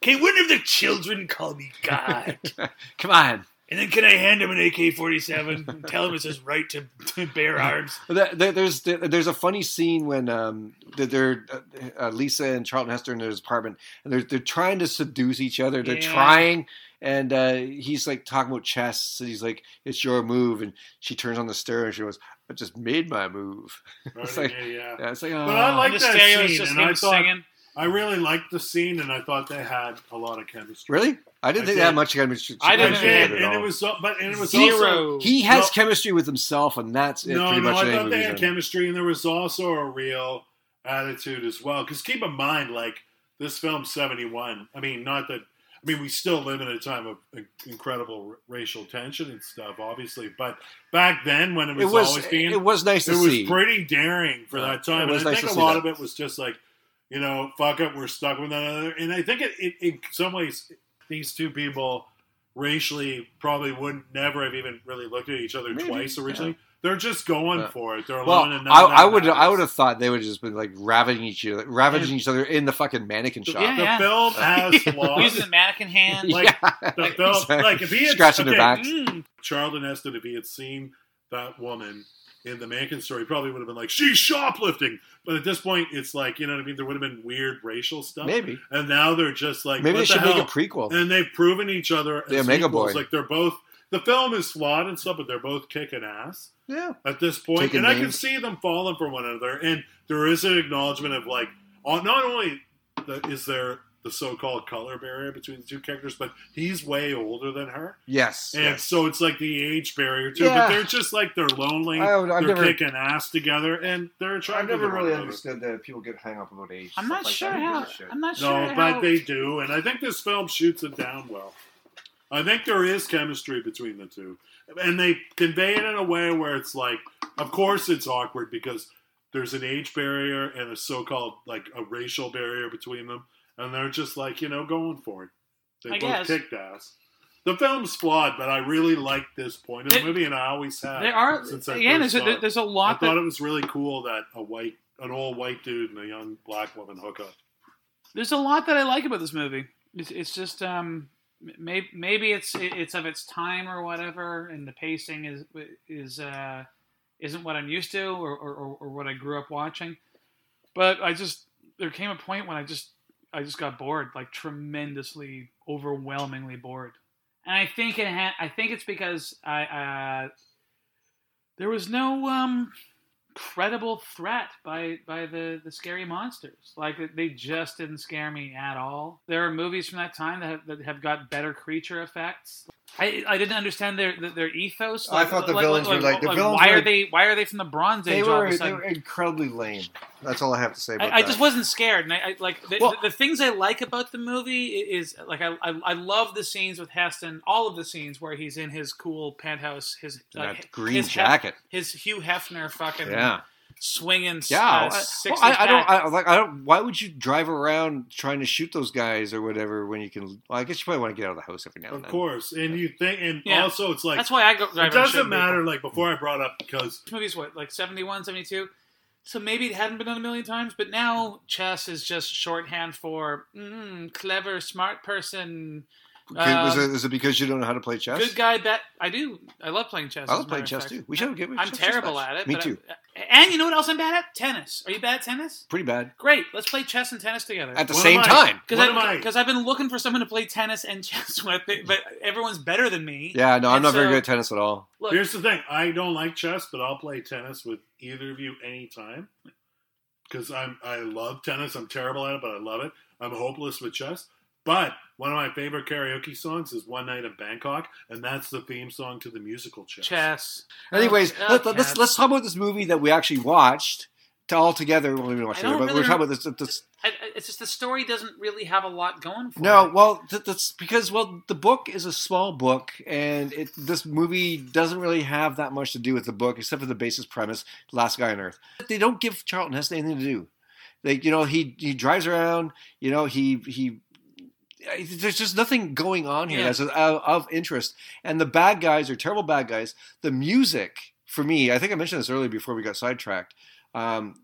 J: Can one of the children call me God?
A: Come on,
J: and then can I hand him an AK 47 and tell him it's his right to, to bear arms?
A: There- there- There's there's a funny scene when um that they're uh, uh, Lisa and Charlton Heston are in their apartment and they're they're trying to seduce each other. They're
H: Yeah.
A: trying, and uh, he's like talking about chess. And he's like, "It's your move," and she turns on the stereo and she goes, "I just made my move."
I: Right,
A: it's like-
I: yeah, yeah.
A: Yeah, it's like,
I: But I
A: "Oh."
I: like
H: And the
I: that
H: stereo is
I: scene,
H: just
I: and
H: him
I: I thought-
H: singing.
I: I really liked the scene, and I thought they had a lot of chemistry.
A: really. I didn't
I: I
A: think
I: did.
A: that much chemistry.
H: I
I: And,
H: didn't
A: chemistry
I: and,
A: at
I: and it
A: all.
I: was, so- but and it was also
H: Zero.
A: He has
I: No.
A: chemistry with himself, and that's it.
I: no,
A: pretty
I: no.
A: much
I: I
A: in any
I: thought they
A: movie
I: had
A: then.
I: chemistry, and there was also a real attitude as well. Because keep in mind, like this film seventy one. I mean, not that. I mean, we still live in a time of uh, incredible r- racial tension and stuff, obviously. But back then, when it
A: It
I: was,
A: was
I: always being,
A: it was nice to
I: it was
A: see.
I: pretty daring for
A: Yeah.
I: that time.
A: It was
I: and I
A: nice
I: think
A: to
I: a lot
A: see
I: of
A: that.
I: it was just like, you know, fuck it, we're stuck with another. And I think it, it in some ways, these two people racially probably wouldn't never have even really looked at each other
A: Maybe,
I: twice originally. They're just going
A: Yeah.
I: for it. They're
A: Well,
I: alone and
A: I,
I: none of that
A: I would I
I: matters.
A: would have thought they would have just been like ravaging each other, ravaging each other in the fucking mannequin shop.
H: Yeah,
I: The
H: yeah.
I: film has
H: Using the
I: flaws.
H: mannequin hand. mm,
I: like, the film,
A: exactly.
I: like if he had
A: Scratching their
I: okay, mm,
A: backs.
I: Charlton Heston, if he had seen that woman in the Mankin story, he probably would have been like, "She's shoplifting." But at this point, it's like you know what I mean. There would have been weird racial stuff,
A: Maybe
I: and now they're just like,
A: maybe
I: what
A: they should
I: the
A: make
I: hell?
A: a prequel.
I: And they've proven each other. as
A: Yeah, Mega
I: equals.
A: Boy.
I: Like they're both. The film is flawed and stuff, but they're both kicking ass
A: yeah,
I: at this point,
A: Taking
I: and I can
A: names.
I: see them falling for one another. And there is an acknowledgement of like, on- not only the, is there the so-called color barrier between the two characters, but he's way older than her.
A: yes,
I: And
A: yes.
I: so it's like the age barrier too,
A: Yeah.
I: but they're just like they're lonely.
A: I would- I've
I: they're
A: never-
I: kicking ass together, and they're attracted. to one another.
A: that people get hung up about age.
H: I'm not sure how. I'm not sure
I: No,
H: how.
I: but they do, and I think this film shoots it down well. I think there is chemistry between the two, and they convey it in a way where it's like, of course, it's awkward because there's an age barrier and a so-called like a racial barrier between them, and they're just like you know going for it. They
H: I
I: both
H: guess.
I: kicked ass. The film's flawed, but I really like this point of the
H: There-
I: movie, and I always have.
H: there are
I: Uh, since I
H: again.
I: first
H: There's
I: saw
H: a,
I: it.
H: there's a
I: I
H: lot
I: thought
H: that
I: it was really cool that a white, an old white dude and a young black woman hook up.
H: there's a lot that I like about this movie. It's, it's just um, maybe maybe it's it's of its time or whatever, and the pacing is is uh, isn't what I'm used to or, or, or what I grew up watching. But I just there came a point when I just I just got bored, like tremendously, overwhelmingly bored. And I think it ha- I think it's because I uh, there was no um, credible threat by by the the scary monsters. Like they just didn't scare me at all. There are movies from that time that have, that have got better creature effects. I, I didn't understand their their, their ethos.
A: I thought the villains were like- the villains
H: why
A: were-
H: are they why are they from the Bronze Age?
A: They
H: all of
A: were,
H: a
A: they
H: sudden?
A: were incredibly lame. That's all I have to say about
H: I, I
A: that.
H: just wasn't scared, and I, I like the,
A: Well-
H: the, the things I like about the movie i- is like I, I I love the scenes with Heston, all of the scenes where he's in his cool penthouse, his
A: And
H: like,
A: that green
H: his Hef-
A: jacket.
H: his Hugh Hefner fucking
A: Yeah,
H: swinging,
A: yeah.
H: uh,
A: I- well,
H: 60
A: I, I don't.
H: pack.
A: I, like. I don't. Why would you drive around trying to shoot those guys or whatever when you can? Well, I guess you probably want to get out of the house every now and
I: Of
A: then.
I: course, and you think, and
H: Yeah.
I: also it's like
H: That's why I go.
I: it doesn't matter. Like before, I brought up because
H: This movie's what like 71, 72? So maybe it hadn't been done a million times, but now chess is just shorthand for mm, clever, smart person.
A: Okay, was
H: um,
A: it, is it because you don't know how to play chess?
H: Good guy, bet. I do. I love playing chess.
A: I
H: as a
A: love playing
H: matter of
A: chess
H: fact.
A: too. We should have given.
H: I'm terrible at it.
A: Me
H: but
A: too.
H: I- and you know what else I'm bad at? Tennis. Are you bad at tennis?
A: Pretty bad.
H: Great. Let's play chess and tennis together.
A: At the
I: What
A: same
I: am I?
A: time.
H: Because
I: What am I?
H: I've been looking for someone to play tennis and chess with, but everyone's better than me.
A: Yeah, no, I'm
H: And
A: not very
H: so-
A: good at tennis at all.
H: Look,
I: here's the thing: I don't like chess, but I'll play tennis with either of you anytime. because I'm I love tennis. I'm terrible at it, but I love it. I'm hopeless with chess. But one of my favorite karaoke songs is "One Night in Bangkok," and that's the theme song to the musical Chess.
H: Chess. Uh,
A: Anyways,
H: Okay.
A: let, us let's talk about this movie that we actually watched to all together. Well, we didn't watch
H: I
A: it, but
H: don't
A: we're
H: really
A: talking about this. this
H: I, I- it's just the story doesn't really have a lot going for
A: no,
H: it.
A: well, th- that's because well, the book is a small book, and it this movie doesn't really have that much to do with the book except for the basis premise: last guy on earth. They don't give Charlton Heston anything to do. Like you know, he he drives around. You know, he he. There's just nothing going on here
H: Yeah.
A: that's of, of interest, and the bad guys are terrible bad guys. The music for me, I think I mentioned this earlier before we got sidetracked. Um,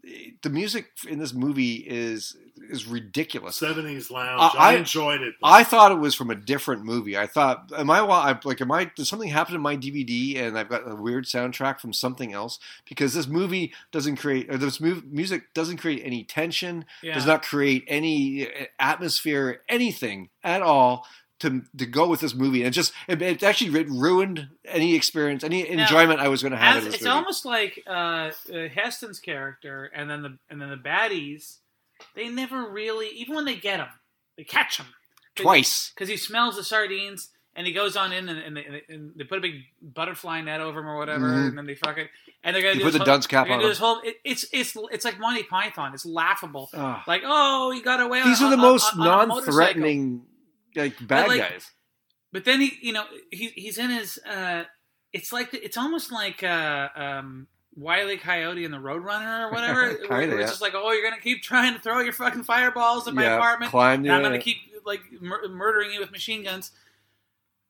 A: the music in this movie is is ridiculous.
I: Seventies lounge.
A: Uh,
I: I,
A: I-
I: enjoyed it.
A: I thought it was from a different movie. I thought, am I wa- I- like, am I? Did something happen to my DVD and I've got a weird soundtrack from something else? Because this movie doesn't create, or this mu- music doesn't create any tension,
H: Yeah.
A: does not create any uh, atmosphere, anything at all to to go with this movie. And it just, it, it actually it ruined any experience, any
H: Now,
A: enjoyment I was going to have
H: As-
A: in this
H: it's
A: movie.
H: almost like uh, uh, Heston's character, and then the and then the baddies. They never really, even when they get him, they catch him
A: Twice.
H: because he smells the sardines, and he goes on in, and, and, they, and they put a big butterfly net over him or whatever,
A: Mhm.
H: and then they fuck it, and they're gonna
A: You
H: do
A: put the
H: this whole,
A: dunce cap
H: they're gonna
A: on
H: do
A: him.
H: this whole. it- it's it's it's like Monty Python. It's laughable.
A: Ugh.
H: Like oh, he got away.
A: Ah, These
H: on,
A: are the
H: on-
A: most
H: on- on a motorcycle.
A: non-threatening like bad
H: like,
A: guys.
H: But then he, you know, he, he's in his. Uh, it's like it's almost like uh, um, Wiley Coyote and the Roadrunner or whatever.
A: Kinda,
H: where it's
A: yeah.
H: just like, oh, you're gonna keep trying to throw your fucking fireballs at my apartment,
A: climb
H: and
A: the-
H: I'm gonna keep like mur- murdering you with machine guns.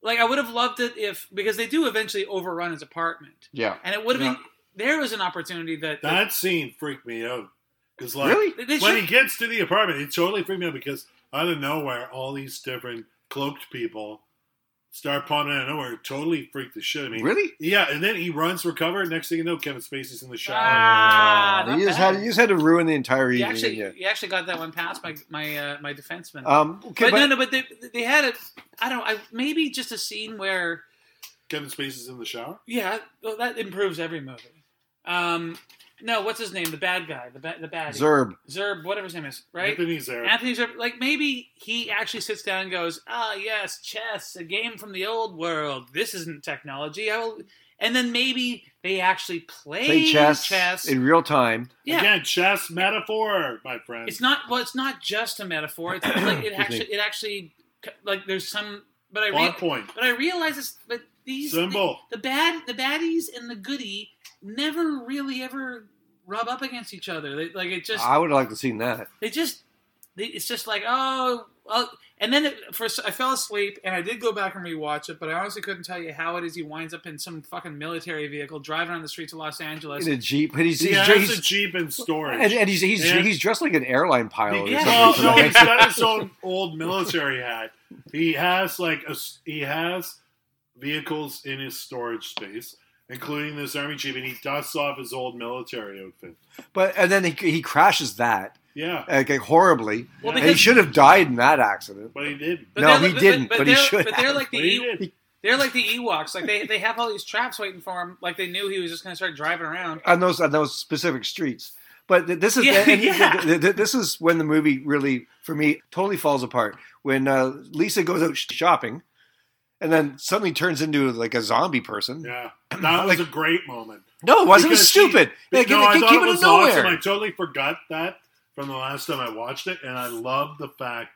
H: Like I would have loved it if because they do eventually overrun his apartment,
A: yeah.
H: and it would have
I: Yeah.
H: been there was an opportunity that,
I: that scene freaked me out because like
A: Really?
H: they- they
I: when
H: should-
I: he gets to the apartment, it totally freaked me out because out of nowhere, all these different cloaked people start popping out of nowhere. It totally freaked the shit out of me.
A: Really?
I: Yeah, and then he runs for cover. Next thing you know, Kevin Spacey's in the shower.
H: ah, not
A: you just
H: bad.
A: had you just had to ruin the entire
H: You
A: evening.
H: actually
A: yeah.
H: you actually got that one past my my uh, my defenseman.
A: Um, okay,
H: but,
A: but,
H: no, no, but they they had a I don't I maybe just a scene where
I: Kevin Spacey's in the shower.
H: yeah well, that improves every movie. Um, no, what's his name? The bad guy, the ba- the bad
A: Zerb.
H: Zerb, whatever his name is, right?
I: Anthony's there.
H: Anthony Zerb, like maybe he actually sits down and goes, ah, yes, chess, a game from the old world. This isn't technology. I will, and then maybe they actually play,
A: Play chess,
H: chess.
A: in real time.
H: yeah,
I: Again, chess metaphor, my friend.
H: it's not well, it's not just a metaphor. It's like it actually, it actually, like there's some. But I
I: on
H: read,
I: point.
H: But I realize it's but these
I: Symbol.
H: The, the bad the baddies and the goody never really ever rub up against each other. They, like it just
A: I would have liked to have seen that.
H: they just they, it's just like oh well. And then it, for I fell asleep and I did go back and rewatch it, but I honestly couldn't tell you how it is he winds up in some fucking military vehicle driving on the streets of Los Angeles.
A: In a jeep, and he's,
I: He
A: he's,
I: has
A: he's-
I: a jeep in storage.
A: and, and he's he's,
I: Yeah.
A: he's dressed like an airline pilot.
H: Yeah.
A: Or
H: Oh,
I: Well,
A: something.
I: no, he's got his own old military hat. He has like a s he has vehicles in his storage space, including this army jeep, and he dusts off his old military outfit.
A: But and then he, he crashes that
I: Yeah,
A: like, horribly.
H: Well,
A: and he
H: because-
A: should have died in that accident.
I: but he didn't.
H: But
A: No,
H: they're-
A: he didn't, but he
H: they're-
A: should
H: But they're
A: have.
H: like the
I: But he
H: E-
I: did.
H: they're like the Ewoks. Like they, they have all these traps waiting for him. Like they knew he was just going to start driving around.
A: on those on those specific streets. But th- this is
H: Yeah,
A: and-
H: yeah.
A: th- th- this is when the movie really, for me, totally falls apart. When uh, Lisa goes out sh- shopping, and then suddenly turns into like a zombie person.
I: Yeah, that was
A: Like-
I: a great moment.
A: No, it wasn't. It was
I: Because she-
A: stupid. Like,
I: no,
A: it,
I: I
A: it
I: thought
A: came
I: it
A: out
I: was
A: of nowhere.
I: awesome. I totally forgot that from the last time I watched it, and I love the fact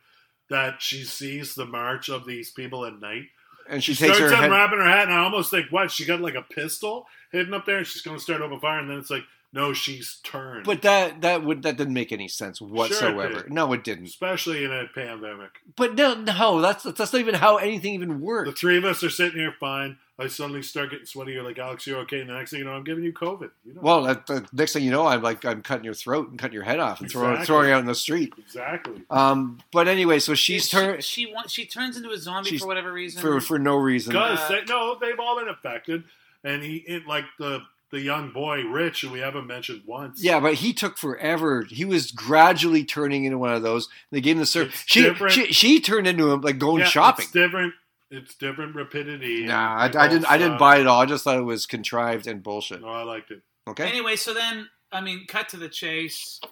I: that she sees the march of these people at night.
A: and she, takes
I: starts
A: her head.
I: unwrapping her hat, and I almost think, what? She got like a pistol hidden up there, and she's going to start open fire, and then it's like, no, she's turned.
A: But that that would that didn't make any sense whatsoever.
I: did.
A: no, it didn't.
I: especially in a pandemic,
A: But no, no, that's that's not even how anything even
I: the
A: worked.
I: three of us are sitting here fine. I suddenly start getting sweaty. You're like, Alex, you're okay. And the next thing you know, I'm giving you COVID. You know,
A: Well, that, the next thing you know, I'm like I'm cutting your throat and cutting your head off and throwing
I: Exactly.
A: throwing you out in the street.
I: exactly.
A: Um, but anyway, so she's
H: she,
A: turned.
H: She, she wants. She turns into a zombie
A: She's-
H: for whatever reason.
A: for for no reason.
I: Because
H: Uh,
I: they, no, they've all been affected, and he it, like the the young boy Rich, who we haven't mentioned once.
A: Yeah, but he took forever. He was gradually turning into one of those. They gave him the surf.
I: It's
A: She,
I: different.
A: she she turned into him like going
I: Yeah,
A: shopping.
I: It's different. It's different rapidity.
A: Nah, I,
I: and
A: I didn't I didn't
I: also-
A: buy it all. I just thought it was contrived and bullshit.
I: No, I liked it.
A: Okay,
H: Anyway, so then I mean, cut to the chase.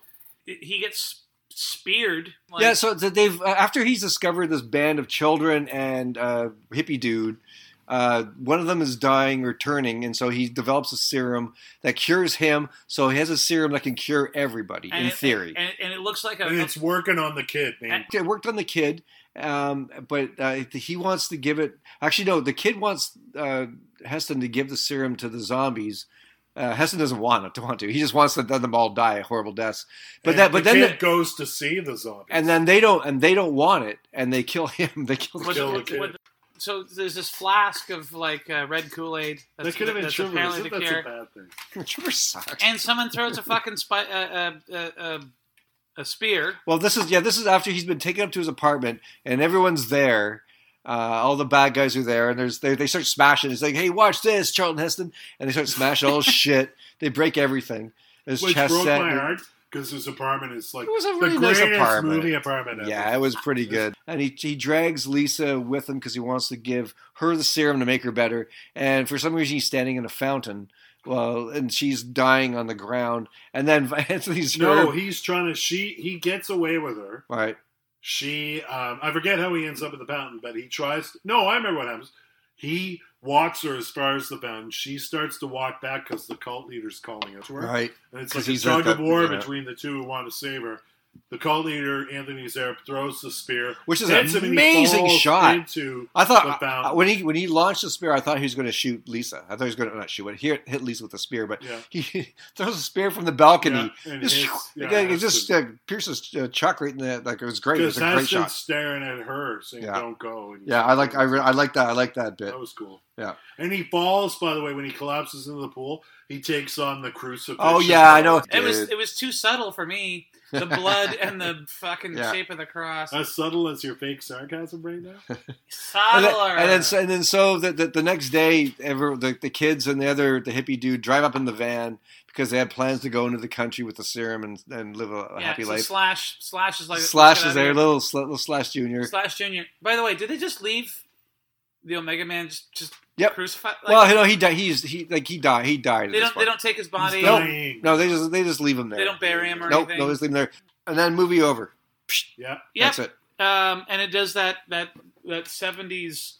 H: he gets speared. Like,
A: yeah, so th- they've uh, after he's discovered this band of children and uh, hippie dude. Uh, one of them is dying or turning, and so he develops a serum that cures him. So he has a serum that can cure everybody
H: and
A: in
H: it-
A: theory.
H: and, and it looks like a.
I: And it's working on the kid, man.
A: it worked on the kid, um, but uh, he wants to give it. Actually, no, the kid wants uh, Heston to give the serum to the zombies. Uh, Heston doesn't want it to want to. He just wants to let them all die horrible deaths. But
I: And
A: that, but
I: the
A: then,
I: kid
A: the-
I: goes to see the zombie.
A: and then they don't, and they don't want it, and they kill him. They kill.
H: was-
I: kill the
H: was-
I: kid.
H: was- so there's this flask of like uh, red Kool Aid.
I: that could have been
H: that's
I: true.
H: apparently the
I: That's
H: cure.
I: a bad thing.
A: Trooper sucks.
H: and someone throws a fucking spi- uh, uh, uh, uh, a spear.
A: Well, this is yeah. This is after he's been taken up to his apartment, and everyone's there. Uh, all the bad guys are there, and there's they, they start smashing. It's like, hey, watch this, Charlton Heston, and they start smashing all his shit. They break everything. His
I: Which
A: chest
I: broke
A: set.
I: my heart because his apartment is like
A: It was a
I: the
A: really nice
I: greatest
A: apartment.
I: movie apartment. Ever.
A: Yeah, it was pretty good. And he he drags Lisa with him because he wants to give her the serum to make her better. And for some reason, he's standing in a fountain. Well, and she's dying on the ground. And then Anthony's
I: No, he's trying to. She he gets away with her.
A: all right.
I: She um, I forget how he ends up at the fountain, but he tries. No, I remember what happens. He walks her as far as the fountain. She starts to walk back because the cult leader's calling out to her.
A: Right.
I: And it's
A: 'Cause
I: like a
A: he's at
I: tug of
A: that-
I: war
A: yeah.
I: between the two who want to save her. The cult leader Anthony Zarep throws the spear,
A: Which is
I: hits
A: an
I: him, and he
A: amazing
I: falls
A: shot.
I: Into
A: I
I: the
A: thought uh,
I: fountain.
A: when he when he launched the spear, I thought he was going to shoot Lisa. I thought he was going to not shoot, but hit, hit Lisa with the spear. But
I: Yeah.
A: he throws a spear from the balcony.
I: Yeah, and
A: Just,
I: hits-
A: the
I: yeah,
A: guy- it
I: hits
A: just
I: him.
A: uh, pierces uh, Chuck right in the like. It was great. It
I: because
A: was a great
I: Heston's
A: shot.
I: staring at her saying,
A: Yeah.
I: "Don't go." And he's
A: Yeah, I like I, re- I like that. I like that bit.
I: That was cool.
A: Yeah.
I: And he falls, by the way, when he collapses into the pool, he takes on the crucifix.
A: Oh yeah, I know.
H: It was
A: Dude.
H: it was too subtle for me. The blood and the fucking
A: Yeah.
H: shape of the cross.
I: As subtle as your fake sarcasm right now.
A: And then,
H: Subtler.
A: and then, so- and then so the, the, the next day, ever the, the kids and the other the hippie dude drive up in the van because they had plans to go into the country with the serum and, and live a, a
H: yeah,
A: "Oh, happy
H: so
A: life.
H: Slash Slash is like
A: Slash
H: let's
A: is
H: get out
A: there,
H: of here.
A: little, Sl- little Slash Junior.
H: Slash Junior. By the way, did they just leave the Omega Man just just
A: Yep.
H: crucified? Like,
A: well, you know, he died. He's he like he died. He died. at this
H: they don't they
A: point.
H: don't take his body.
A: Nope.
I: Dying.
A: No, they just they just leave him there.
H: They don't bury him or
A: Nope,
H: anything.
A: no, they just leave him there. And then movie over.
I: Yeah.
H: Yep.
A: That's it.
H: um, and it does that that that seventies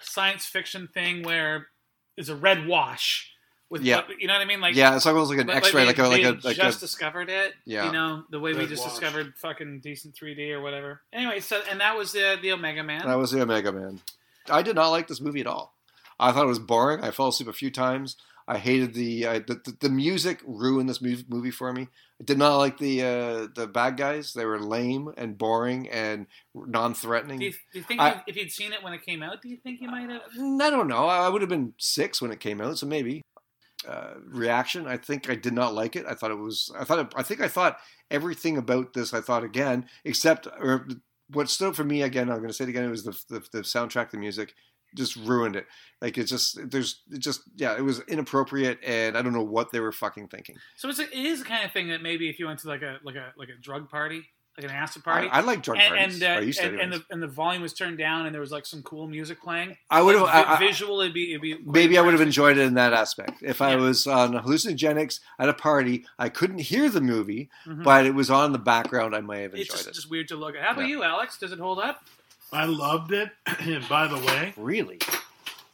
H: science fiction thing where it's a red wash with
A: Yeah.
H: you know what I mean like
A: yeah, it's almost like an
H: but-
A: X-ray,
H: but
A: like
H: they-
A: a like a
H: they
A: like
H: just
A: a.
H: discovered it
A: Yeah.
H: you know the way we
I: Red
H: just
I: wash.
H: discovered fucking decent three D or whatever anyway so and that was the the Omega Man
A: That was the Omega Man. I did not like this movie at all. I thought it was boring. I fell asleep a few times. I hated the I, the, the the music ruined this mov- movie for me. I did not like the uh, the bad guys. They were lame and boring and non-threatening.
H: do, you, do you think
A: I-
H: if you'd seen it when it came out do you think you might have
A: Mm, I don't know. I I would have been six when it came out, so maybe. Uh, reaction. I think I did not like it. I thought it was. I thought. It, I think I thought everything about this. I thought again, except or what stood out for me again. I'm going to say it again. It was the, the the soundtrack, the music, just ruined it. Like it's just there's it just yeah, it was inappropriate, and I don't know what they were fucking thinking.
H: so it's a, it is the kind of thing that maybe if you went to like a like a like a drug party like an acid
A: I,
H: party
A: I like drug
H: and,
A: parties.
H: and, uh,
A: I used to.
H: and, and
A: anyways.
H: the and the volume was turned down, and there was like some cool music playing.
A: I would have.
H: Like,
A: I-
H: vi-
A: I-
H: visual, it'd be, it'd be quite
A: Maybe I would have
H: impressive.
A: enjoyed it in that aspect. If I
H: Yeah.
A: was on hallucinogenics at a party, I couldn't hear the movie,
I: Mm-hmm. Mm.
H: Mhm.
A: but it was on in the background. I may have enjoyed
H: it's just,
A: it.
H: just weird to look at. How about
A: Yeah.
H: you, Alex? Does it hold up?
I: I loved it. and by the way,
A: really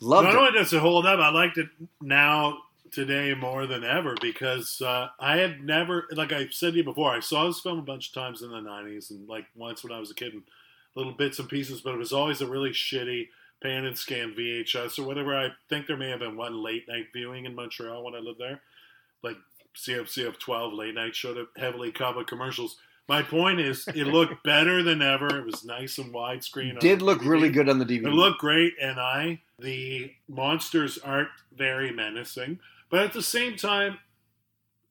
A: loved
I: not
A: it.
I: only does it hold up, I liked it now today more than ever because uh, I had never, like I said to you before, I saw this film a bunch of times in the '90s and like once when I was a kid, and little bits and pieces, but it was always a really shitty pan and scan VHS or whatever. I think there may have been one late night viewing in Montreal when I lived there, like CFCF 12 late night showed up heavily covered commercials. My point is, it looked better than ever. It was nice and widescreen. on
A: Did
I: the
A: look
I: DVD.
A: really good on the DVD.
I: It looked great, and I the monsters aren't very menacing, but at the same time,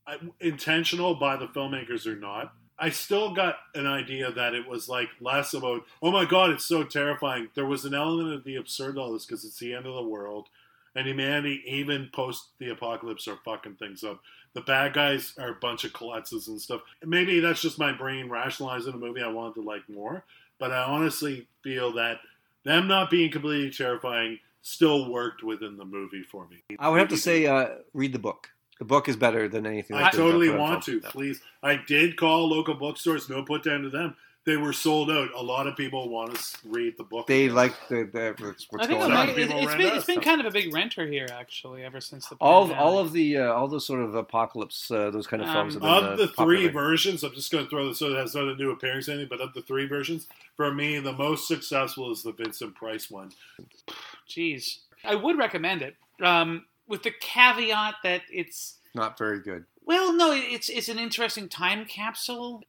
I: I, intentional by the filmmakers or not, I still got an idea that it was like less about oh my god, it's so terrifying. There was an element of the absurd to all this because it's the end of the world, and humanity even post the apocalypse are fucking things up. The bad guys are a bunch of klutzes and stuff. Maybe that's just my brain rationalizing a movie I wanted to like more, but I honestly feel that them not being completely terrifying still worked within the movie for me.
A: I would have to say, uh, read the book. The book is better than anything.
I: I
A: that's been
I: totally
A: put on
I: want
A: film.
I: to. Please, I did call local bookstores. No put down to them. They were sold out. A lot of people want to s- read the book.
A: They like the, the what's, what's
H: I think
A: going
I: it
A: on.
I: might-
H: it,
I: People
H: has
I: ran
H: been,
I: out.
H: it's been kind of a big renter here, actually, ever since the
A: all of,
H: pandemic.
A: all of the uh, all those sort of apocalypse uh, those kind of
H: Um,
A: films have been, uh,
I: of the three
A: popular.
I: versions, I'm just going to throw this out. It has nothing to do with pairings or anything, but of the three versions, for me, the most successful is the Vincent Price one.
H: Jeez. I would recommend it, um, with the caveat that it's
A: not very good.
H: well, no, it's it's an interesting time capsule.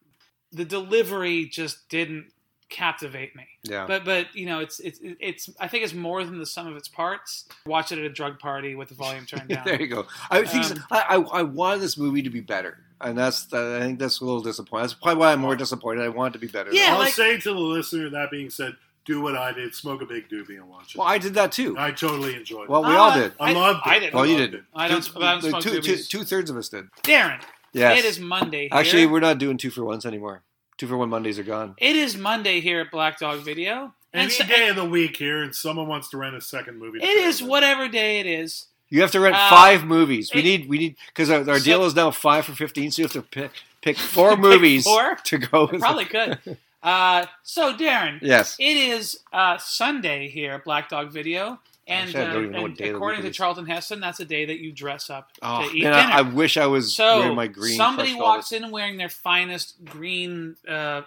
H: The delivery just didn't captivate me.
A: Yeah,
H: But but you know it's it's it's I think it's more than the sum of its parts. Watch it at a drug party with the volume turned down.
A: there you go. I think
H: Um,
A: I, I I wanted this movie to be better, and that's I think that's a little disappointing. That's probably why I'm more disappointed. I want it to be better.
H: Yeah,
I: I'll
H: like-
I: say to the listener, that being said, do what I did, smoke a big doobie and watch it.
A: Well, I did that too.
I: I totally enjoyed
A: Well,
I: it.
A: we
H: Uh,
A: all did.
I: I, loved it.
H: I didn't.
A: Well, you
I: loved
A: didn't.
I: it.
H: I don't. I don't smoke
A: two, two,
H: doobies.
A: two thirds of us did.
H: Darren,
A: Yes.
H: it is Monday. Here.
A: Actually, we're not doing two for ones anymore. Two for one Mondays are gone.
H: It is Monday here at Black Dog Video,
I: Any
H: and so-
I: day of the week here, and someone wants to rent a second movie. to
H: it
I: pair
H: is
I: with.
H: whatever day it is.
A: You have to rent
H: Uh,
A: five movies. We
H: it-
A: need we need because our, our
H: So-
A: deal is now five for fifteen. So you have to pick pick four
H: Pick
A: movies
H: four?
A: to go.
H: I
A: With
H: probably could. Uh, so Darren,
A: Yes.
H: it is uh, Sunday here at Black Dog Video, and, uh,
A: Actually, I don't even know what
H: and
A: day of the
H: according
A: week it
H: to
A: is.
H: Charlton Heston, that's a day that you dress up
A: Oh,
H: to eat
A: man,
H: dinner.
A: I, I wish I was
H: so
A: wearing my green.
H: somebody
A: crushed
H: walks in wearing their finest green uh,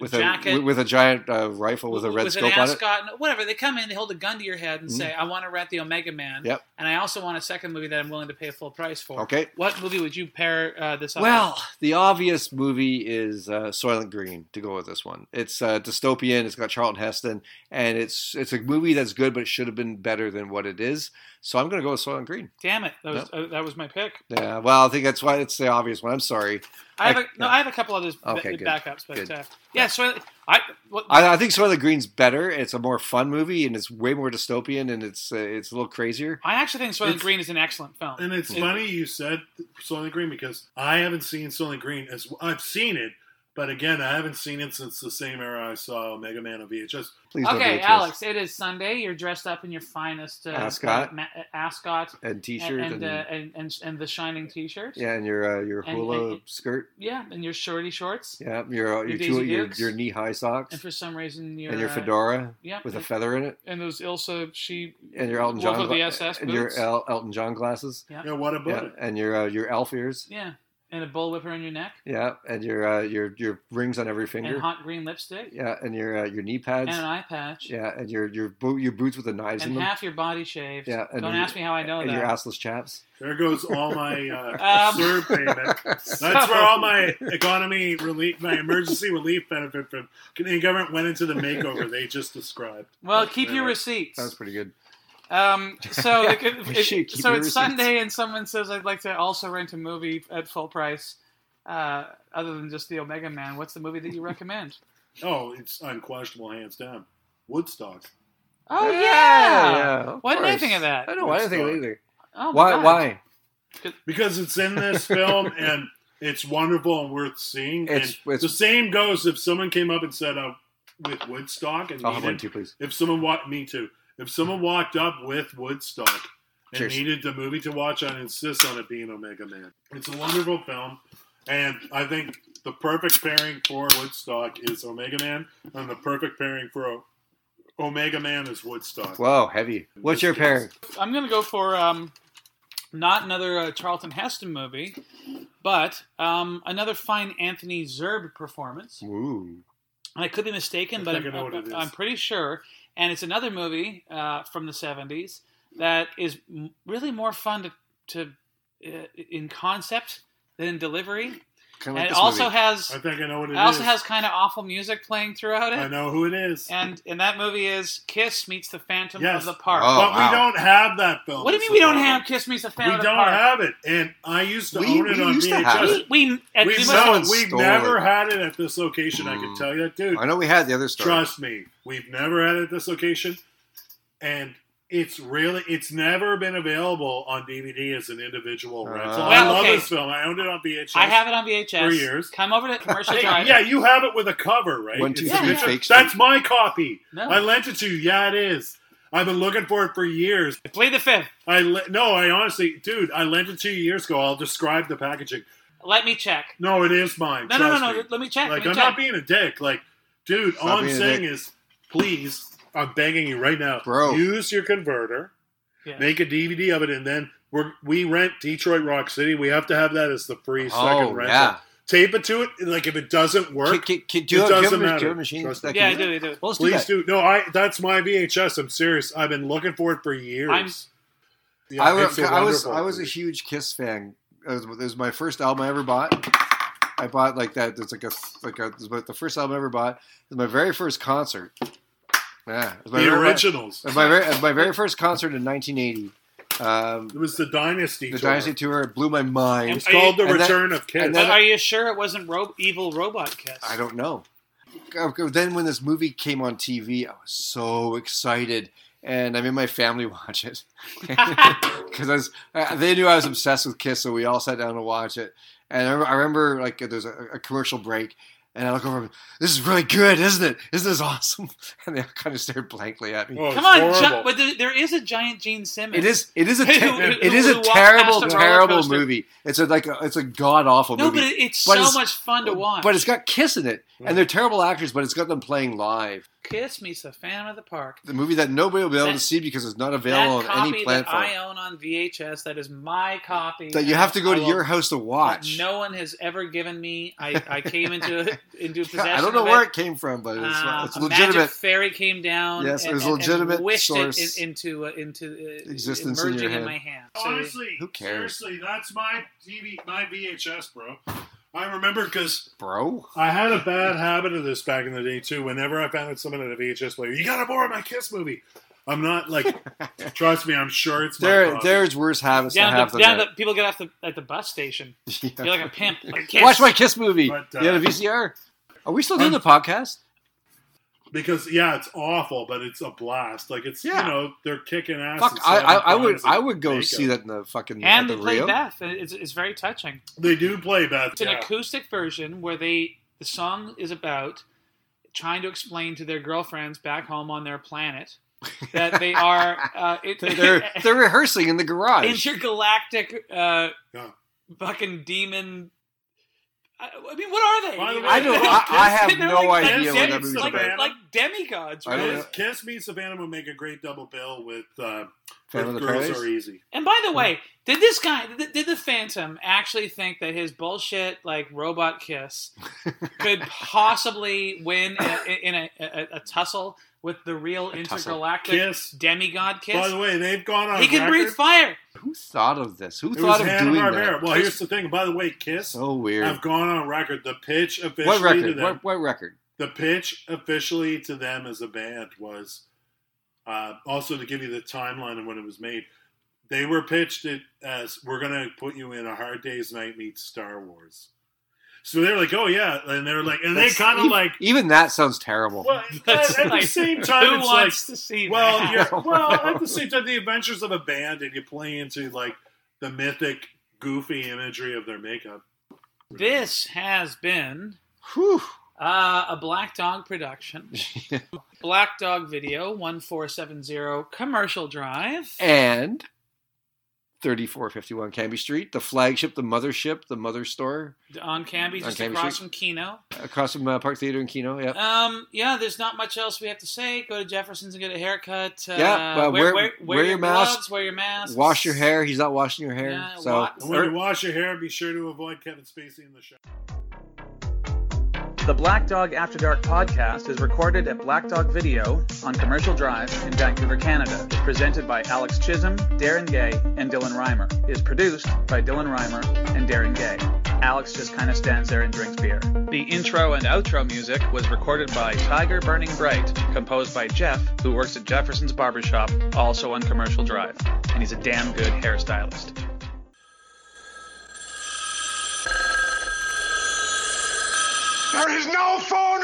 A: with
H: jacket
A: a with a giant uh, rifle with a red
H: with
A: scope
H: an
A: on it. Mm-hmm.
H: ascot, and whatever. They come in, they hold a gun to your head and say, "I want to rent the Omega Man."
A: Yep.
H: And I also want a second movie that I'm willing to pay full price for.
A: Okay.
H: What movie would you pair uh, this up?
A: Well,
H: with?
A: the obvious movie is uh, Soylent Green to go with this one. It's uh, dystopian. It's got Charlton Heston, and it's it's a movie that's good, but it should have been better than what it is. So I'm going to go with Soylent Green.
H: damn it, that was uh, that was my pick.
A: Yeah. Well, I think that's why it's the obvious one. I'm sorry.
H: I have a,
A: I-
H: no, I have a couple others ba-
A: Okay, good.
H: backups, but
A: Good.
H: uh, yeah. So I, what,
A: I, I think Soylent Green's better. It's a more fun movie, and it's way more dystopian, and it's uh, it's a little crazier.
H: I actually think Soylent
I: It's-
H: Green is an excellent film.
I: And it's
A: Yeah.
I: funny you said Soylent Green because I haven't seen Soylent Green as I've seen it, but again, I haven't seen it since the same era I saw Mega Man on VHS.
A: Please don't do
H: okay,
A: it to us.
H: Alex, it is Sunday. You're dressed up in your finest uh,
A: Ascot.
H: ma- uh, ascot,
A: and T-shirt
H: and
A: and,
H: and, uh, and and and the shining t-shirt.
A: yeah, and your uh, your
H: and-
A: hula
H: and-
A: skirt.
H: yeah, and your shorty shorts.
A: Yeah, your uh, your
H: Daisy
A: two, your,
H: Dukes.
A: your knee high socks
H: And for some reason, your
A: and your
H: uh,
A: fedora
H: yeah,
A: with a
H: and-
A: feather in it,
H: and those Ilsa she
A: and your Elton
H: Wolf
A: John
H: of the
A: gla-
H: SS
A: and your
H: boots.
A: El- Elton John glasses.
I: Yeah, what about
A: Yeah, and your uh, your elf ears.
H: yeah, and a bullwhip around your neck
A: Yeah, and your uh, your your rings on every finger.
H: and hot green lipstick
A: yeah, and your uh, your knee
H: and
A: pads.
H: an eye patch
A: yeah, and your your boot your boots with the knives in
H: and
A: them.
H: half your body shaved.
A: Yeah, and
H: Don't
A: your-
H: ask me how I know
A: and your
H: that.
A: assless chaps.
I: it? There goes all my uh,
H: Um,
I: SIR payment. That's where all my economy relief, my emergency relief benefit from Canadian government went into the makeover they just described.
H: Well, keep your
I: Anyway,
H: receipts.
A: That was pretty good.
H: Um, so
A: Yeah,
H: it could-
A: we
H: it-
A: should keep
H: so
A: your
H: it's
A: receipts.
H: Sunday, and someone says I'd like to also rent a movie at full price, uh, other than just the Omega Man. What's the movie that you recommend?
I: Oh, it's unquestionable, hands down. Woodstock.
H: Oh yeah,
A: of
H: Why didn't I
A: course.
H: think of that?
A: I know. Why didn't I think of it
I: Woodstock.
A: either?
H: Oh, my
A: why?
H: God.
A: Why?
I: because it's in this film and it's wonderful and worth seeing.
A: It's-
I: and
A: it's-
I: the same goes if someone came up and said, uh, with Woodstock and
A: I'll have one
I: needed,
A: too, please.
I: if someone walked me too, if someone walked up with Woodstock and
A: Cheers.
I: needed the movie to watch, I'd insist on it being Omega Man. It's a wonderful film, and I think the perfect pairing for Woodstock is Omega Man, and the perfect pairing for O- Omega Man is Woodstock.
A: Whoa, heavy. What's your pairing?
H: I'm gonna go for um, not another uh, Charlton Heston movie, but um, another fine Anthony Zerb performance.
A: Ooh.
H: And I could be mistaken,
I: I
H: but
I: think
H: I'm,
I: I know what it
H: I'm,
I: is.
H: I'm pretty sure. And it's another movie uh, from the '70s that is m- really more fun to, to uh, in concept than in delivery,
A: Kind
H: and it also has
I: I think I know what
H: it
I: it is.
H: also Oh, has kind of awful music playing throughout
I: I
H: it.
I: know who it is.
H: And and that movie is Kiss meets the Phantom
I: Yes.
H: of the Park.
A: Oh,
I: but
A: wow.
I: we don't have that film.
H: what do you
I: It's
H: mean we
I: the
H: don't
I: problem.
H: have Kiss meets the Phantom
I: We
H: of
I: don't
H: the Park?
I: have it, and I used to
A: We-
I: own it
A: we
I: on
A: used to have
I: VHS.
A: it.
H: we at,
I: We
H: we
I: have
H: must-
A: someone
I: we've
A: stole
I: never
A: it.
I: had it at this location. I can
A: Mm.
I: tell you that, dude.
A: I know we had the other story.
I: Trust me, we've never had it at this location, and it's really it's never been available on DVD as an individual rental.
A: Ah.
I: I
H: Well,
I: love
H: okay.
I: this film. I owned it on VHS.
H: I have it on VHS.
I: Three years.
H: Come over to Commercial
I: Hey,
H: Drive.
I: yeah, you have it with a cover, right?
A: One, two,
I: It's a
H: three,
I: picture-
A: fake
I: That's
A: street.
H: Oh.
I: my copy.
H: No.
I: I lent it to you. Yeah, it is. I've been looking for it for years.
H: Play the fifth.
I: I le- no, I honestly, dude, I lent it to you years ago. I'll describe the packaging.
H: Let me check.
I: No, it is mine.
H: No, no, no,
I: trust
H: no.
I: me.
H: Let me check. let
I: Like
H: me
I: I'm
H: check.
I: not being a dick. Like, dude,
A: not
I: all I'm
A: being a
I: saying
A: dick.
I: is, please, I'm begging you right now,
A: Bro.
I: Use your converter,
H: Yeah.
I: make a DVD of it, and then we're, we rent Detroit Rock City. We have to have that as the free second
A: Oh,
I: rental.
A: yeah.
I: Tape it to it, and like if it doesn't
A: Can,
I: work,
A: can, can, do, you have,
I: it
A: do, you have,
I: doesn't
A: a- do you
I: matter.
A: have a machine?
I: Trust
A: that
I: me.
A: can
H: yeah, I
A: do that?
H: do. I do.
A: Well, let's
I: please
A: do
I: do. No, I that's my VHS. I'm serious. I've been looking for it for years.
H: I'm-
A: that.
I: Yeah,
A: I, was,
I: it's a
A: I was
I: wonderful
A: I was a
I: movie.
A: huge Kiss fan. It was, it was my first album I ever bought. I bought like that. It's like a like a. It was about the first album I ever bought. It was my very first concert. Yeah, it was my
I: the
A: very-
I: originals.
A: At my very, at my very first concert in 1980, um,
I: It was the Dynasty.
A: the
I: tour.
A: Dynasty tour it blew my mind.
I: It's called the
A: and that-
I: Return of Kiss.
A: and
H: But
A: that-
H: are you sure it wasn't ro- evil robot kiss?
A: I don't know. Okay, Then when this movie came on TV, I was so excited, and I made my family watch it because I was. Uh, they knew I was obsessed with Kiss, so we all sat down to watch it. And I remember, I remember like there's a, a commercial break, and I look over. This is really good, isn't it? Isn't this awesome? And they all kind of stared blankly at me.
I: Oh, it's
H: Come on,
I: horrible.
H: Ju- but there, there is a giant Gene Simmons.
A: It is. It is a. Te-
H: Who- who-
A: it is
H: who
A: a
H: walked
A: terrible,
H: past a roller
A: terrible
H: coaster?
A: movie. It's a like. A, it's a god awful
H: No,
A: movie.
H: but it, it's
A: But
H: so
A: it's-
H: much fun to watch.
A: But it's got Kiss in it, and they're terrible actors. But it's got them playing live.
H: Kiss Me's a fan of the park.
A: The movie that nobody will be able
H: That-
A: to see because it's not available
H: That
A: on
H: copy
A: any
H: that
A: platform.
H: I own on VHS, that is my copy.
A: That you
H: and
A: have to go
H: I
A: to
H: will-
A: your house to watch.
H: No one has ever given me. I, I came into into possession.
A: I don't know
H: of
A: where
H: it.
A: it came from, but it's,
H: Uh,
A: it's
H: a
A: legitimate.
H: Magic fairy came down.
A: Yes, it
H: and-
A: was a
H: and- and
A: legitimate
H: wished it
A: source
H: in- into uh, into uh,
A: Existence in
H: emerging
A: your hand.
H: my hand. So,
I: Honestly,
A: Who cares?
I: Seriously, that's my TV, my VHS, bro. I remember because
A: Bro,
I: I had a bad habit of this back in the day too. Whenever I found someone at a VHS player, you gotta borrow my Kiss movie. I'm not like, trust me, I'm sure it's my
A: there,
I: copy.
A: there's worse habits to
H: down
A: have
H: to,
A: than
H: down
A: that.
H: to- people get off the at the bus station.
A: Yeah.
H: You're like a pimp. Like, kiss.
A: Watch my Kiss movie.
I: But,
A: you had a
I: uh,
A: VCR. Are we still doing the podcast?
I: because yeah, it's awful, but it's a blast. Like it's
A: Yeah.
I: you know they're kicking ass.
A: Fuck,
I: at
A: I,
I: seven
A: I, I would,
I: times
A: I
I: and
A: would go
I: makeup.
A: see that in the fucking at
H: and
A: the
H: they play
A: Rio.
H: Beth. It's, it's very touching.
I: They do play Beth.
H: It's an
I: yeah.
H: acoustic version where they the song is about trying to explain to their girlfriends back home on their planet that they are uh, it,
A: They're- they're they're rehearsing in the garage.
H: intergalactic uh,
I: Yeah.
H: fucking demon. I, I mean, what are they?
I: By the way-
A: I don't. I, I have
H: They're
A: no
H: like-
A: idea what
I: It's
A: that movie's
H: like,
A: about.
I: Savannah.
H: like demigods,
A: I don't
H: right?
A: know.
I: Kiss Me Savannah would make a great double bill with uh,
A: Phantom of
I: with
A: the
I: Girls
A: Paradise?
I: Are Easy.
H: And by
A: Hmm.
H: the way, did this guy, did, did the Phantom actually think that his bullshit like robot kiss could possibly win in a, in a, a, a tussle with the real intergalactic
I: Kiss.
H: demigod kiss?
I: By the way, they've gone on.
H: he can
I: record.
H: breathe fire.
A: Who thought of this? Who
I: It was
A: thought of
I: Hanna
A: doing
I: Barbera.
A: that?
I: Well, here's the thing. By the way, Kiss.
A: So weird.
I: I've gone on record. The pitch officially
A: What
I: to
A: record?
I: them.
A: What, what record?
I: The pitch officially to them as a band was uh, also to give you the timeline of when it was made. They were pitched it as we're gonna put you in a Hard Day's Night meets Star Wars. So they were like, oh yeah, and they were like, and they
A: That's-
I: kind of
A: even-
I: like.
A: Even that sounds terrible.
I: Well, at, at
H: Like,
I: the same
H: who
I: time, it's like
H: wants to see
I: well,
H: that?
I: you're, well, at the same time, the adventures of a band, and you play into like the mythic, goofy imagery of their makeup.
H: This has been
A: Whew.
H: uh, a Black Dog production. Black Dog Video 1470 Commercial Drive.
A: And 3451 Canby Street, the flagship, the mothership, the mother store
H: on Canby,
A: On
H: just
A: Canby
H: across
A: Street.
H: from Kino.
A: across from uh, Park Theater and Kino. Yeah.
H: Um, yeah, there's not much else we have to say. Go to Jefferson's and get a haircut. Uh,
A: Yeah, well,
H: wear,
A: wear-
H: wear, wear
A: wear
H: your
A: your mask.
H: gloves, wear your mask.
A: Wash your hair. He's not washing your hair.
H: Yeah,
A: so
H: wa-
I: And when you wash your hair, be sure to avoid Kevin Spacey in the show.
K: The Black Dog After Dark podcast is recorded at Black Dog Video on Commercial Drive in Vancouver, Canada. It's presented by Alex Chisholm, Darren Gay, and Dylan Reimer. It is produced by Dylan Reimer and Darren Gay. Alex just kind of stands there and drinks beer. The intro and outro music was recorded by Tiger Burning Bright, composed by Jeff, who works at Jefferson's Barbershop, also on Commercial Drive. And he's a damn good hairstylist.
C: There is no phone